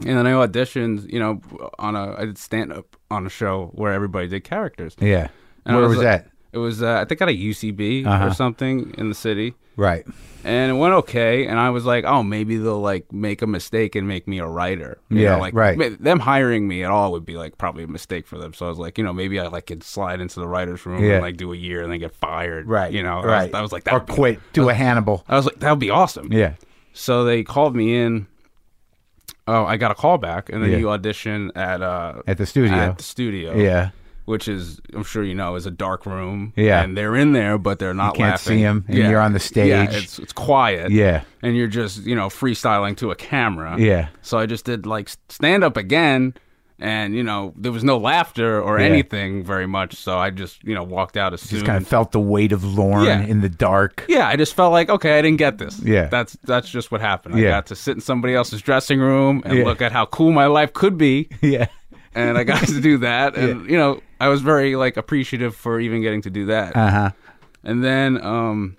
S2: And then I auditioned, you know, on a, I did stand up on a show where everybody did characters.
S1: Yeah.
S2: And I
S1: Where was,
S2: like-
S1: that?
S2: It was, uh, I think, at a UCB or something in the city
S1: Right.
S2: and it went okay. And I was like, oh, maybe they'll like make a mistake and make me a writer. You
S1: Yeah,
S2: know, like
S1: right.
S2: ma- them hiring me at all would be like probably a mistake for them. So I was like, you know, maybe I like could slide into the writers' room
S1: Yeah.
S2: and like do a year and then get fired.
S1: Right.
S2: You know. I was-
S1: Right.
S2: I was, like, that.
S1: or
S2: would be-
S1: quit. Do a Hannibal.
S2: I was like, that would be awesome.
S1: Yeah.
S2: So they called me in. Oh, I got a call back, and then
S1: Yeah.
S2: you audition at uh
S1: At the studio.
S2: at the studio.
S1: Yeah.
S2: Which is, I'm sure you know, is a dark room.
S1: Yeah.
S2: And they're in there, but they're not
S1: can't
S2: laughing.
S1: see 'em, and you're on the
S2: Yeah,
S1: stage.
S2: it's, it's quiet
S1: Yeah.
S2: and you're just you know freestyling to a camera.
S1: Yeah.
S2: So I just did like stand up again, and you know there was no laughter or anything very much. So I just you know walked out as
S1: Just
S2: soon.
S1: kind of felt the weight of Lorne
S2: Mm. Yeah.
S1: in the dark.
S2: yeah, I just felt like okay, I didn't get this.
S1: Yeah.
S2: that's that's just what happened. I
S1: Yeah.
S2: got to sit in somebody else's dressing room and
S1: Yeah.
S2: look at how cool my life could be,
S1: Yeah.
S2: and I got to do that. And you know I was very like appreciative for even getting to do that.
S1: Uh huh.
S2: And then um,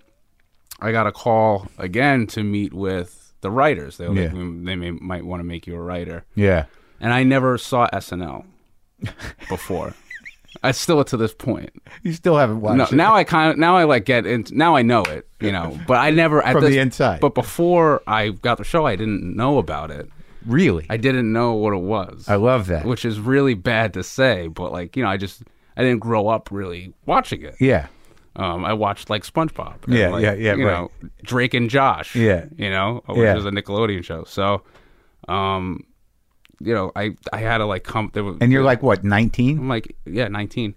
S2: I got a call again to meet with the writers. They were like,
S1: Yeah.
S2: "We- they may, might want to make you a writer.
S1: Yeah.
S2: And I never saw SNL before. I still to this point.
S1: You still haven't watched
S2: No,
S1: it.
S2: now I kind of now I like get in, now I know it, you know. But I never at
S1: From
S2: this-
S1: the inside.
S2: But before I got the show, I didn't know about it.
S1: really.
S2: I didn't know what it was
S1: I love that.
S2: which is really bad to say, but like you know, I just I didn't grow up really watching it.
S1: yeah.
S2: Um, I watched like SpongeBob. and,
S1: Yeah,
S2: like,
S1: yeah, yeah,
S2: You
S1: right.
S2: know, Drake and Josh.
S1: Yeah.
S2: you know, which
S1: Yeah.
S2: is a Nickelodeon show. So, um, you know, I I had to like come. There were,
S1: And you're like what, 19?
S2: I'm like, yeah, 19.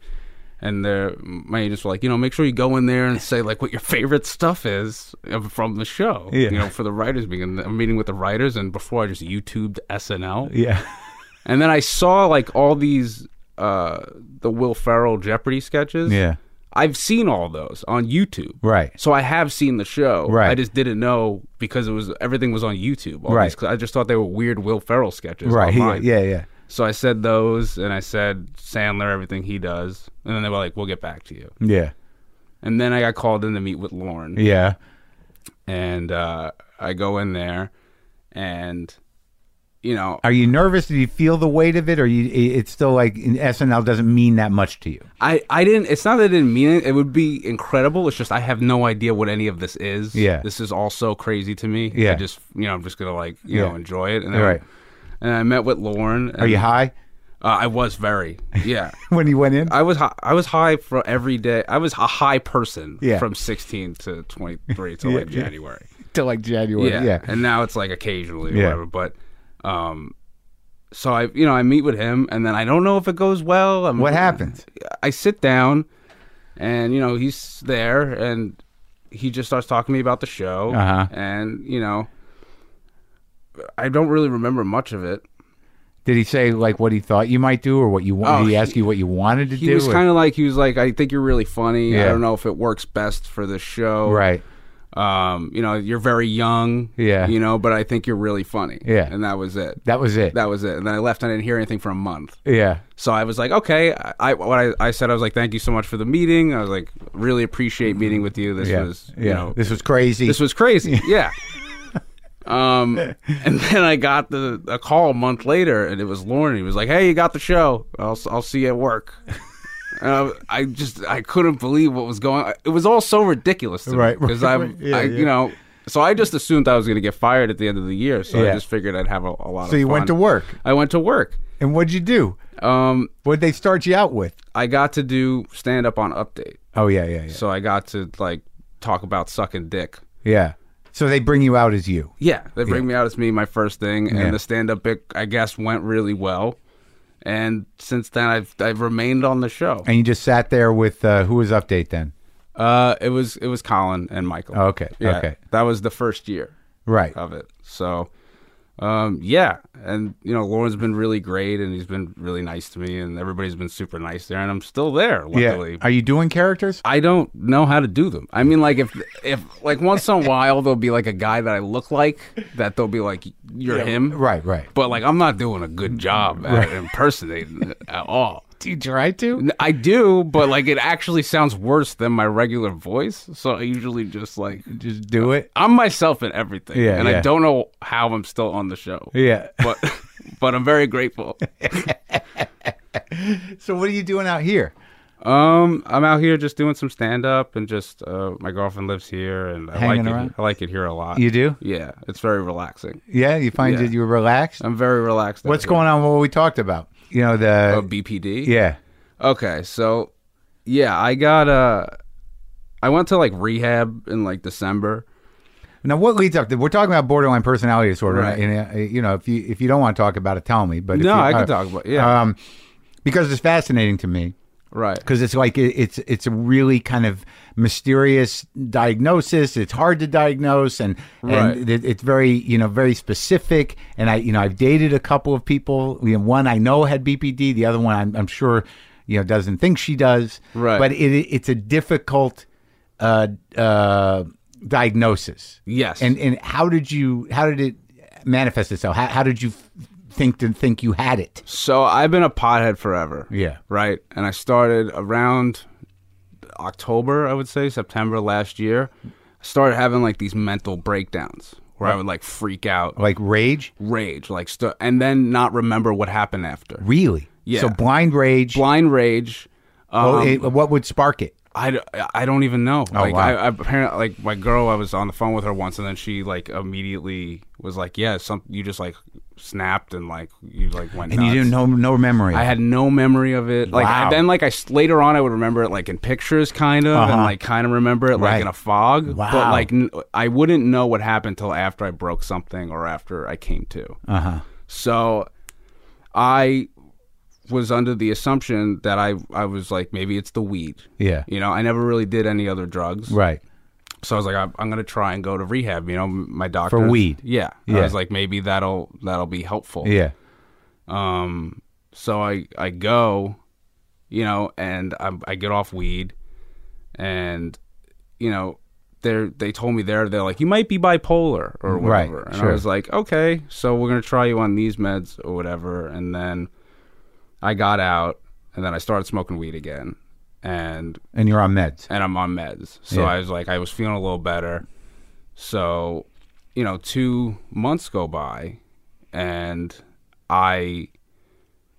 S2: And they're, my agents were like, you know, make sure you go in there and say like what your favorite stuff is from the show.
S1: Yeah.
S2: You know, for the writers meeting. I'm meeting with the writers, and before I just YouTubed SNL.
S1: Yeah.
S2: And then I saw like all these uh the Will Ferrell Jeopardy sketches.
S1: Yeah.
S2: I've seen all those on YouTube.
S1: Right.
S2: So I have seen the show.
S1: Right.
S2: I just didn't know because it was everything was on YouTube. all
S1: Right.
S2: these- I just thought they were weird Will Ferrell sketches.
S1: Right. Yeah.
S2: online.
S1: Yeah. Yeah.
S2: So I said those, and I said Sandler, everything he does, and then they were like, "We'll get back to you."
S1: Yeah.
S2: And then I got called in to meet with Lauren,
S1: Yeah.
S2: and uh, I go in there, and you know,
S1: Are you nervous? Do you feel the weight of it? Or you? i- It's still like in SNL doesn't mean that much to you.
S2: I, I didn't. It's not that I didn't mean it. It would be incredible. It's just I have no idea what any of this is.
S1: Yeah.
S2: this is all so crazy to me.
S1: Yeah.
S2: I just you know I'm just gonna like you
S1: Yeah.
S2: know enjoy it. And then,
S1: Right.
S2: And I met with Lauren.
S1: Are you high
S2: Uh, I was very yeah.
S1: when you went in?
S2: I was high, I was high for every day. I was a high person
S1: Yeah.
S2: from 16 to 23 till like January.
S1: Till like January.
S2: Yeah. and now it's like occasionally or
S1: Yeah.
S2: whatever. But um, so I you know I meet with him and then I don't know if it goes well. I'm,
S1: What happens?
S2: I sit down, and you know he's there, and he just starts talking to me about the show,
S1: Uh-huh.
S2: and you know I don't really remember much of it.
S1: Did he say like what he thought you might do, or what you want?
S2: Oh,
S1: did he ask you what you wanted to
S2: He
S1: do?
S2: was
S1: or-
S2: kind of like he was like I think you're really funny. I
S1: Yeah.
S2: don't know if it works best for the show,
S1: right.
S2: Um, you know you're very young,
S1: Yeah.
S2: you know, but I think you're really funny,
S1: Yeah.
S2: and that was it.
S1: That was it.
S2: That was it. And then I left. I didn't hear anything for a month.
S1: yeah.
S2: So I was like, okay. I, I what I, I said I was like, thank you so much for the meeting. I was like, really appreciate meeting with you. This
S1: Mm-hmm. Yeah.
S2: was,
S1: yeah.
S2: you know,
S1: this was crazy.
S2: this was crazy. Yeah. um, and then I got the a call a month later, and it was Lauren. He was like, "Hey, you got the show. I'll I'll see you at work." And I, I just I couldn't believe what was going. on. It was all so ridiculous, to
S1: Right,
S2: Because
S1: right,
S2: I,
S1: right. Yeah,
S2: I
S1: yeah.
S2: you know, so I just assumed I was going to get fired at the end of the year. So
S1: Yeah.
S2: I just figured I'd have a, a lot.
S1: so you went to work,
S2: I went to work.
S1: and what'd you do?
S2: Um,
S1: What'd they start you out with?
S2: I got to do stand up on Update.
S1: Oh yeah, yeah, yeah.
S2: So I got to like talk about sucking dick.
S1: Yeah. So they bring you out as you.
S2: Yeah, they bring me out as me, my first thing, and
S1: Yeah.
S2: the stand up bit, I guess, went really well. And since then, I've I've remained on the show.
S1: And you just sat there with uh, who was update then?
S2: Uh, it was it was Colin and Michael.
S1: Oh, okay,
S2: Yeah, Uh,
S1: okay.
S2: That was the first year
S1: Right.
S2: of it. So, um, yeah, and you know, Lauren's been really great, and he's been really nice to me, and everybody's been super nice there, and I'm still there. Luckily,
S1: Yeah. Are you doing characters?
S2: I don't know how to do them. I mean, like if if like once in a while there'll be like a guy that I look like that they'll be like you're him,
S1: Right, right.
S2: But like I'm not doing a good job at impersonating at all.
S1: Do you try to?
S2: N- I do, but like it actually sounds worse than my regular voice. So I usually just like
S1: Just do it.
S2: I'm myself in everything,
S1: Yeah,
S2: and
S1: yeah.
S2: I don't know how I'm still on the show.
S1: Yeah.
S2: but but I'm very grateful.
S1: So what are you doing out here?
S2: Um, I'm out here just doing some stand up and just uh, my girlfriend lives here and I
S1: Hanging
S2: like
S1: around?
S2: it. I like it here a lot.
S1: You do?
S2: Yeah, it's very relaxing.
S1: Yeah. You find
S2: Yeah.
S1: that you're relaxed.
S2: I'm very relaxed.
S1: What's going on? with What we talked about? You know the.
S2: Oh, BPD.
S1: yeah.
S2: Okay, so yeah, I got uh, I went to like rehab in like December.
S1: Now what leads up? to We're talking about borderline personality disorder.
S2: Right.
S1: And, uh, you know, if you if you don't want to talk about it, tell me. But if
S2: No,
S1: you,
S2: I can
S1: uh,
S2: talk about- yeah.
S1: Um, because it's fascinating to me.
S2: Right.
S1: because it's like it, it's it's a really kind of mysterious diagnosis. It's hard to diagnose, and
S2: Right.
S1: and it, it's very you know very specific. And I you know I've dated a couple of people. You know, one I know had BPD. The other one I'm, I'm sure you know doesn't think she does.
S2: Right.
S1: But it it's a difficult uh, uh, diagnosis.
S2: Yes.
S1: And and how did you how did it manifest itself? How, how did you f- think to think you had it?
S2: So I've been a pothead forever.
S1: Yeah.
S2: Right. And I started around October, I would say, September last year. I started having like these mental breakdowns where I would like freak out,
S1: Like rage?
S2: rage, like stu and then not remember what happened after.
S1: Really?
S2: Yeah.
S1: So blind rage.
S2: Blind rage. Um,
S1: Oh, it, what would spark it?
S2: I, d- I don't even know. like
S1: Oh, wow.
S2: I, I apparently like my girl. I was on the phone with her once, and then she like immediately was like, "Yeah, some you just like snapped and like you like went."
S1: And you
S2: nuts.
S1: didn't know no memory.
S2: I had no memory of it. Like
S1: Wow.
S2: I, then, like I s- later on, I would remember it like in pictures, kind of, and like kind of remember it like
S1: Uh-huh. Right.
S2: in a fog.
S1: Wow.
S2: But like n- I wouldn't know what happened till after I broke something or after I came to. Uh
S1: Uh-huh.
S2: huh. So I was under the assumption that I I was like maybe it's the weed.
S1: Yeah.
S2: You know, I never really did any other drugs.
S1: right.
S2: So I was like, I'm, I'm gonna try and go to rehab. You know, m- my doctor
S1: weed.
S2: Yeah.
S1: Yeah.
S2: I was like, maybe that'll that'll be helpful.
S1: Yeah.
S2: Um, so I I go, you know, and I, I get off weed, and you know, they're they told me there they're like you might be bipolar or
S1: Right,
S2: whatever, and
S1: sure.
S2: I was like, okay, so we're gonna try you on these meds or whatever, and then I got out, and then I started smoking weed again, and
S1: And you're on meds.
S2: and I'm on meds. So
S1: Yeah.
S2: I was like, I was feeling a little better. So, you know, two months go by and I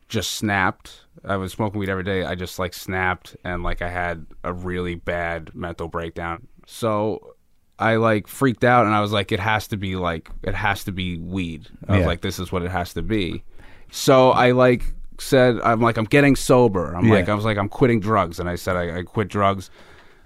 S2: just snapped. I was smoking weed every day. I just like snapped and like I had a really bad mental breakdown. So I like freaked out and I was like, it has to be like, it has to be weed. I was
S1: Yeah.
S2: like, this is what it has to be. So I like said, I'm like, I'm getting sober. I'm
S1: Yeah.
S2: like, I was like, I'm quitting drugs. And I said, I, I quit drugs.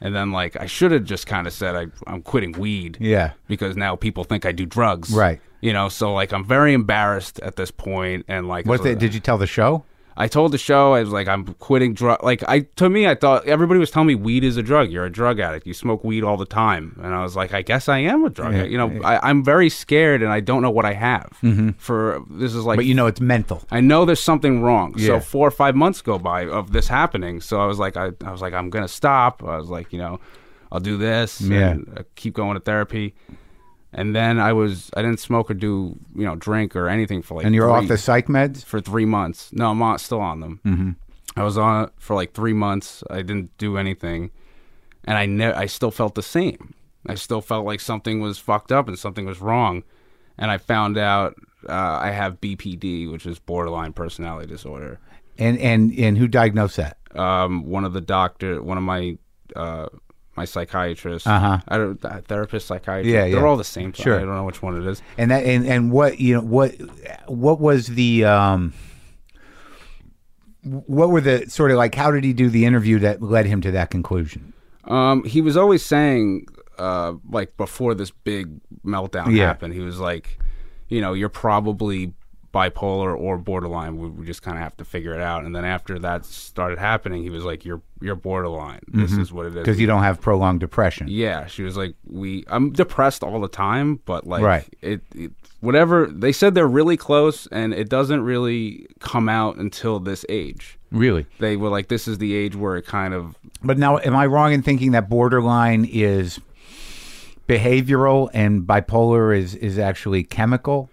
S2: And then like, I should have just kind of said, I, I'm quitting weed
S1: Yeah.
S2: because now people think I do drugs.
S1: Right.
S2: You know, so like I'm very embarrassed at this point and like
S1: What
S2: so-
S1: the, did you tell the show?
S2: I told the show I was like I'm quitting drug like I to me I thought everybody was telling me weed is a drug you're a drug addict you smoke weed all the time and I was like I guess I am a drug addict. you know I, I'm very scared and I don't know what I have for this is like
S1: Mm-hmm. But you know it's mental.
S2: I know there's something wrong.
S1: Yeah.
S2: So four or five months go by of this happening. So I was like, I, I was like, I'm gonna stop. I was like, you know, I'll do this.
S1: Yeah.
S2: And uh, keep going to therapy. And then I was, I didn't smoke or do, you know, drink or anything for like.
S1: And you're
S2: three,
S1: off the psych meds?
S2: for three months. No, I'm on, still on them. Mm-hmm. I was on it for like three months. I didn't do anything, and I ne- I still felt the same. I still felt like something was fucked up and something was wrong, and I found out uh, I have BPD, which is borderline personality disorder.
S1: And and and who diagnosed that?
S2: Um, one of the doctor, one of my uh, my psychiatrist,
S1: Uh-huh.
S2: I don't uh, therapist, psychiatrist.
S1: Yeah,
S2: they're
S1: yeah.
S2: all the same.
S1: Sure.
S2: I don't know which one it is.
S1: And that and, and what you know what what was the um what were the sort of like how did he do the interview that led him to that conclusion?
S2: Um, he was always saying uh, like before this big meltdown
S1: Yeah.
S2: happened. He was like, you know, you're probably bipolar or borderline. We, we just kind of have to figure it out. And then after that started happening, he was like, you're you're borderline. This
S1: Mm-hmm.
S2: is what it is.
S1: because you don't have prolonged depression.
S2: Yeah, she was like, "We, I'm depressed all the time, but like,
S1: Right.
S2: it, it, whatever." They said they're really close, and it doesn't really come out until this age.
S1: Really?
S2: They were like, "This is the age where it kind of
S1: But now, am I wrong in thinking that borderline is behavioral and bipolar is is actually chemical?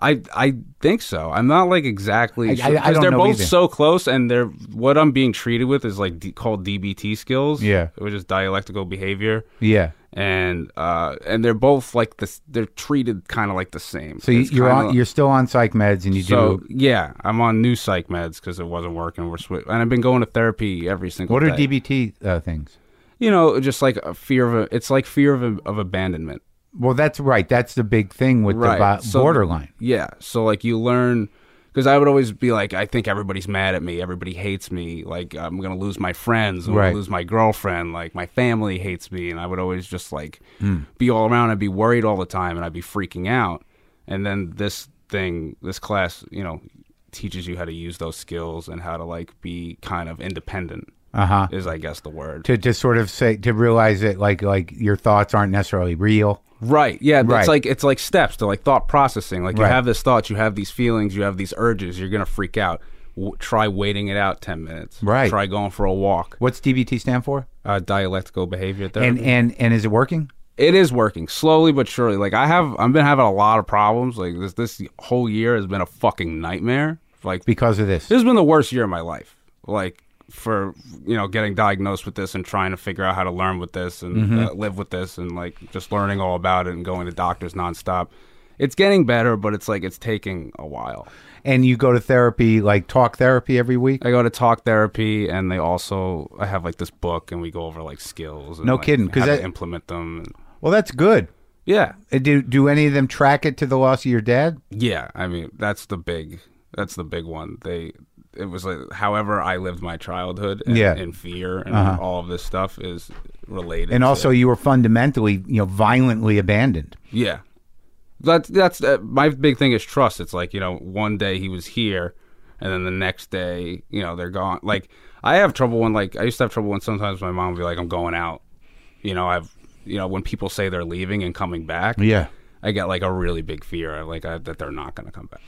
S2: I I think so. I'm not like exactly.
S1: I-
S2: sure, 'cause
S1: I don't
S2: they're
S1: know
S2: both
S1: either.
S2: so close, and they're what I'm being treated with is like d- called DBT skills.
S1: Yeah.
S2: which is dialectical behavior.
S1: Yeah.
S2: And uh, and they're both like this. They're treated kind of like the same.
S1: So you,
S2: It's
S1: you're
S2: kinda-
S1: on, you're still on psych meds, and you
S2: So
S1: do.
S2: yeah, I'm on new psych meds because it wasn't working. We're swi- and I've been going to therapy every single.
S1: What are
S2: day.
S1: DBT uh, things?
S2: You know, just like a fear of a, it's like fear of of abandonment.
S1: Well, that's right. That's the big thing with
S2: Right.
S1: the bi-
S2: So-
S1: borderline.
S2: Yeah, so like you learn because I would always be like, I think everybody's mad at me, everybody hates me, like I'm gonna lose my friends, I'm
S1: Right.
S2: gonna lose my girlfriend, like my family hates me, and I would always just like be all around. I'd be worried all the time, and I'd be freaking out. And then this thing, this class, you know, teaches you how to use those skills and how to like be kind of independent.
S1: Uh huh.
S2: Is I guess the word.
S1: To to sort of say to realize that like like your thoughts aren't necessarily real.
S2: Right. Yeah.
S1: Right.
S2: It's like it's like steps to like thought processing. Like
S1: Right.
S2: you have this thought, you have these feelings, you have these urges. You're gonna freak out. W- try waiting it out ten minutes.
S1: Right.
S2: Try going for a walk.
S1: What's DBT stand for?
S2: Uh, dialectical behavior therapy.
S1: And and and is it working?
S2: it is working slowly but surely. Like I have, I've been having a lot of problems. Like this, this whole year has been a fucking nightmare. Like
S1: Because of this.
S2: this has been the worst year of my life. Like for you know getting diagnosed with this and trying to figure out how to learn with this and
S1: Mm-hmm.
S2: uh, live with this and like just learning all about it and going to doctors nonstop. It's getting better, but it's like it's taking a while.
S1: And you go to therapy, like talk therapy every week.
S2: I go to talk therapy, and they also I have like this book, and we go over like skills. And,
S1: No
S2: like,
S1: kidding, 'cause
S2: how to
S1: that-
S2: implement them.
S1: Well, that's good.
S2: Yeah,
S1: Uh, Do do any of them track it to the loss of your dad?
S2: yeah. I mean, that's the big, that's the big one. They, it was like however I lived my childhood, and,
S1: Yeah. Uh-huh.
S2: and fear, and all of this stuff is related.
S1: And
S2: to-
S1: also, you were fundamentally, you know, violently abandoned.
S2: Yeah, that's that's uh, my big thing is trust. It's like you know, one day he was here, and then the next day, you know, they're gone. Like I have trouble when like I used to have trouble when sometimes my mom would be like, "I'm going out," you know, I've you know when people say they're leaving and coming back.
S1: Yeah.
S2: I get like a really big fear, like I, that they're not going to come back.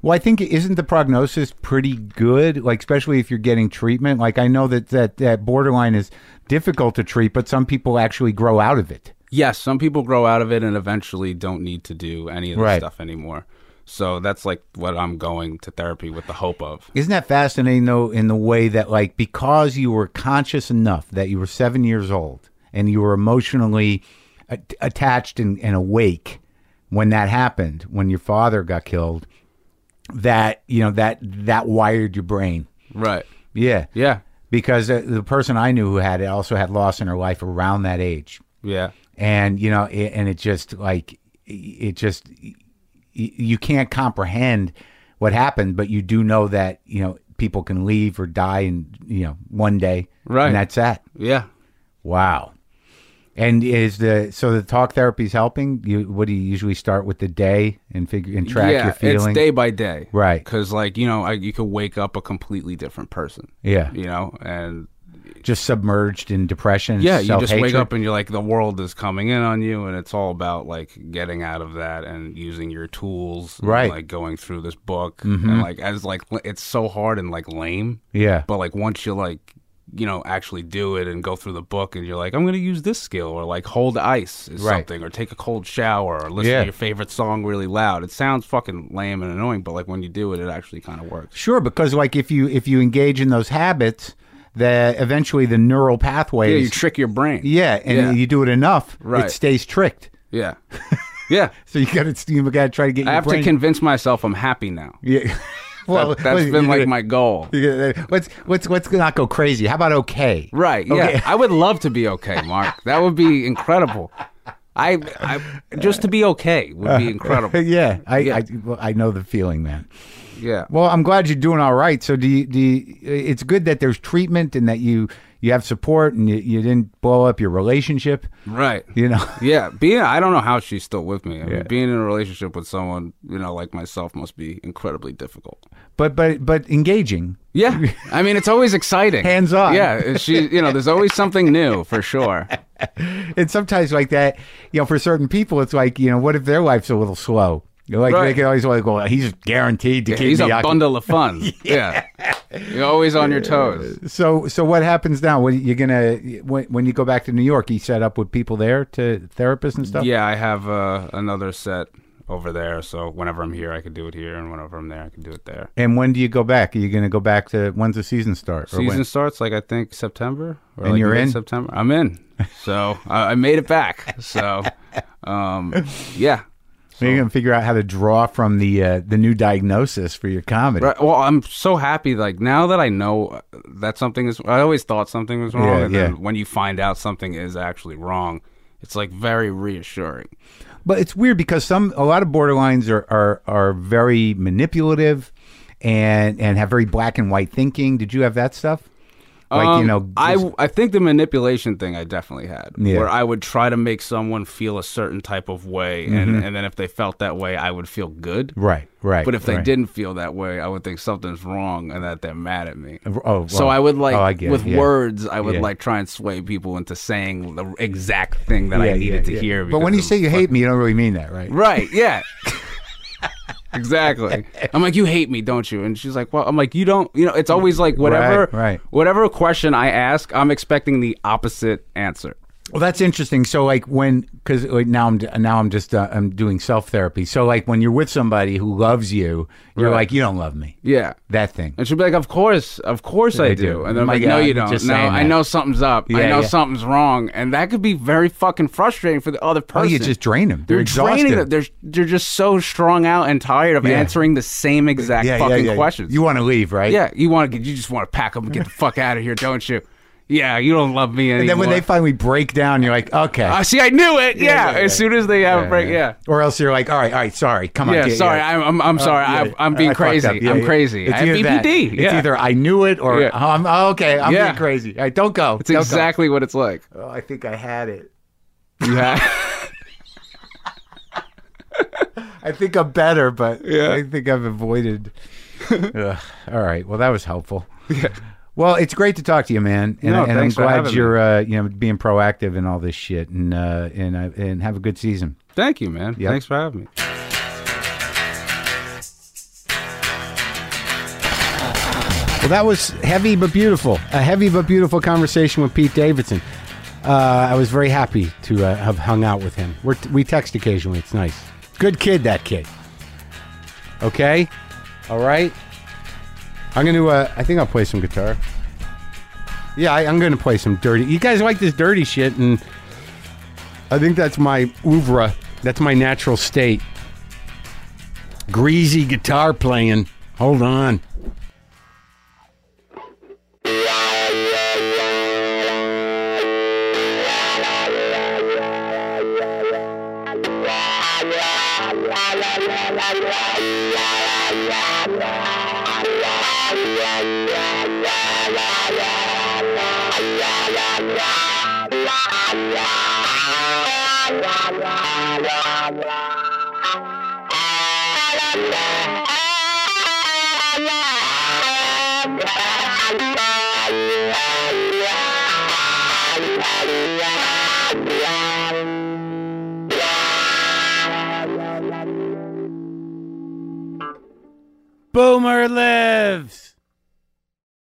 S1: Well, I think isn't the prognosis pretty good? Like, especially if you're getting treatment. Like, I know that that, that borderline is difficult to treat, but some people actually grow out of it.
S2: Yes, some people grow out of it and eventually don't need to do any of this
S1: Right.
S2: stuff anymore. So that's like what I'm going to therapy with the hope of.
S1: Isn't that fascinating though? In the way that, like, because you were conscious enough that you were seven years old and you were emotionally a- attached and, and awake when that happened, when your father got killed, that you know that that wired your brain.
S2: Right.
S1: Yeah,
S2: Yeah.
S1: because uh, the person I knew who had it also had loss in her life around that age,
S2: Yeah.
S1: and you know, it, and it just like it just y- you can't comprehend what happened, but you do know that you know people can leave or die, and you know, one day,
S2: Right.
S1: And that's that.
S2: Yeah.
S1: Wow. And is the so the talk therapy is helping? You what do you usually start with the day and figure and track
S2: yeah,
S1: your feeling?
S2: It's day by day,
S1: Right.
S2: Because like you know, I, you could wake up a completely different person.
S1: Yeah.
S2: You know, and
S1: Just submerged in depression.
S2: yeah, you just wake
S1: self-hatred?
S2: up and you're like, the world is coming in on you, and it's all about like getting out of that and using your tools, and,
S1: Right. Mm-hmm.
S2: like going through this book, and like as like l- it's so hard and like lame,
S1: Yeah.
S2: but like once you like you know actually do it and go through the book and you're like i'm gonna use this skill or like hold ice is
S1: Right.
S2: something or take a cold shower or listen
S1: Yeah.
S2: to your favorite song really loud it sounds fucking lame and annoying but like when you do it it actually kind of works
S1: Sure, because like if you if you engage in those habits, the eventually the neural
S2: yeah you
S1: pathways.
S2: trick your brain
S1: Yeah, and
S2: Yeah.
S1: you do it enough,
S2: Right.
S1: it stays tricked.
S2: yeah yeah
S1: So you got to you got to try to get.
S2: i
S1: your
S2: have to
S1: brain-
S2: convince myself i'm happy now
S1: Yeah. well,
S2: that, has
S1: you
S2: been like
S1: gotta-
S2: my goal
S1: you gotta- Let's let's let's not go crazy. How about okay?
S2: Right. Yeah. I would love to be okay, Mark. That would be incredible. I, I just to be okay would
S1: Uh,
S2: be incredible.
S1: yeah, I
S2: Yeah.
S1: I, well, I know the feeling, man.
S2: Yeah.
S1: Well, I'm glad you're doing all right. So do you, do you, it's good that there's treatment and that you you have support and you, you didn't blow up your relationship.
S2: Right.
S1: You know,
S2: Yeah, being I don't know how she's still with me. I
S1: Yeah.
S2: mean, being in a relationship with someone, you know, like myself must be incredibly difficult.
S1: but but but engaging.
S2: Yeah. I mean, it's always exciting.
S1: Hands on.
S2: Yeah, she, you know, there's always something new for sure.
S1: and sometimes like that, you know, for certain people, it's like you know, what if their life's a little slow? You're Like they
S2: Right.
S1: can always like, well, he's guaranteed to keep
S2: He's
S1: me
S2: a
S1: occupied.
S2: bundle of fun. yeah. You're always on your toes.
S1: So so what happens now? When you're gonna when, when you go back to New York, you set up with people there to therapists and stuff.
S2: Yeah, I have uh, another set over there, so whenever I'm here, I can do it here, and whenever I'm there, I can do it there.
S1: And when do you go back? Are you gonna go back to when's the season start? Or when?
S2: Season starts like I think September, or
S1: And
S2: like
S1: you're in?
S2: September. I'm in, so I I made it back. So, um, yeah.
S1: So you're gonna figure out how to draw from the uh, the new diagnosis for your comedy.
S2: Right. Well, I'm so happy. Like now that I know uh, that something is, I always thought something was wrong,
S1: Yeah,
S2: and
S1: yeah.
S2: then when you find out something is actually wrong, it's like very reassuring.
S1: But it's weird because some a lot of borderlines are are, are very manipulative and and have very black and white thinking. Did you have that stuff? Like you
S2: Um,
S1: know,
S2: I
S1: just-
S2: I think the manipulation thing I definitely had,
S1: Yeah.
S2: where I would try to make someone feel a certain type of way, and and then if they felt that way, I would feel good.
S1: Mm-hmm. right, right.
S2: But if they
S1: right.
S2: didn't feel that way, I would think something's wrong and that they're mad at me.
S1: oh, well,
S2: So I would like
S1: oh, I get it,
S2: with
S1: yeah.
S2: words, I would
S1: Yeah.
S2: like try and sway people into saying the exact thing that
S1: Yeah,
S2: I
S1: yeah,
S2: needed to
S1: yeah.
S2: hear.
S1: But when
S2: because
S1: you
S2: of
S1: say you hate me, you don't really mean that, right?
S2: Right. Yeah. exactly. I'm like, you hate me, don't you? And she's like, well, I'm like, you don't. You know, it's always like whatever,
S1: Right, right.
S2: whatever question I ask, I'm expecting the opposite answer.
S1: Well, that's interesting. So, like when, because like now I'm now I'm just uh, I'm doing self therapy. So, like when you're with somebody who loves you, you're
S2: Right.
S1: like, you don't love me.
S2: Yeah.
S1: That thing.
S2: And she'll be like, "Of course, of course
S1: I
S2: I, do.
S1: do.
S2: And they're
S1: My
S2: like, "No,
S1: God,
S2: you don't.
S1: just
S2: No,
S1: saying
S2: I
S1: that.
S2: know something's up. I
S1: Yeah,
S2: know
S1: yeah.
S2: something's wrong." And that could be very fucking frustrating for the other
S1: Oh,
S2: person.
S1: you just drain them. They're
S2: You're
S1: exhausted.
S2: draining them. They're they're just so strung out and tired of
S1: Yeah.
S2: answering the same exact
S1: yeah,
S2: fucking
S1: yeah, yeah.
S2: questions.
S1: You want to leave, right?
S2: yeah, you want to get you just want to pack up and get the fuck out of here, don't you? Yeah, you don't love me anymore.
S1: And then when they finally break down, you're like, okay.
S2: Uh, see, I knew it. Yeah,
S1: yeah, yeah.
S2: as soon as they have a break, yeah.
S1: Or else you're like, all right, all right, sorry. Come on.
S2: Yeah,
S1: get-
S2: sorry, I'm, I'm, I'm sorry.
S1: Uh, yeah,
S2: I, I'm
S1: I
S2: being
S1: fucked
S2: crazy.
S1: up. Yeah,
S2: I'm
S1: yeah.
S2: crazy. I have
S1: either that.
S2: BPD.
S1: It's
S2: yeah.
S1: either I knew it or
S2: Yeah.
S1: oh, I'm oh, okay. I'm
S2: Yeah.
S1: being crazy. All right, don't go.
S2: it's exactly what it's like.
S1: Oh, I think I had it.
S2: You have.
S1: I think I'm better, but
S2: Yeah.
S1: I think I've avoided. Ugh. All right. Well, that was helpful. Well, it's great to talk to you, man. And,
S2: No,
S1: and I'm
S2: thanks for
S1: glad
S2: having me.
S1: you're uh, you know being proactive in all this shit, and uh, and uh, and have a good season.
S2: Thank you, man.
S1: Yep.
S2: Thanks for having me.
S3: Well, that was heavy but beautiful. A heavy but beautiful conversation with Pete Davidson. Uh, I was very happy to uh, have hung out with him. We're we text occasionally. It's nice. Good kid, that kid. Okay, all right. I'm gonna. Uh, I think I'll play some guitar. Yeah, I, I'm gonna play some dirty. You guys like this dirty shit, and I think that's my oeuvre. That's my natural state. Greasy guitar playing. Hold on. Boomerlicious.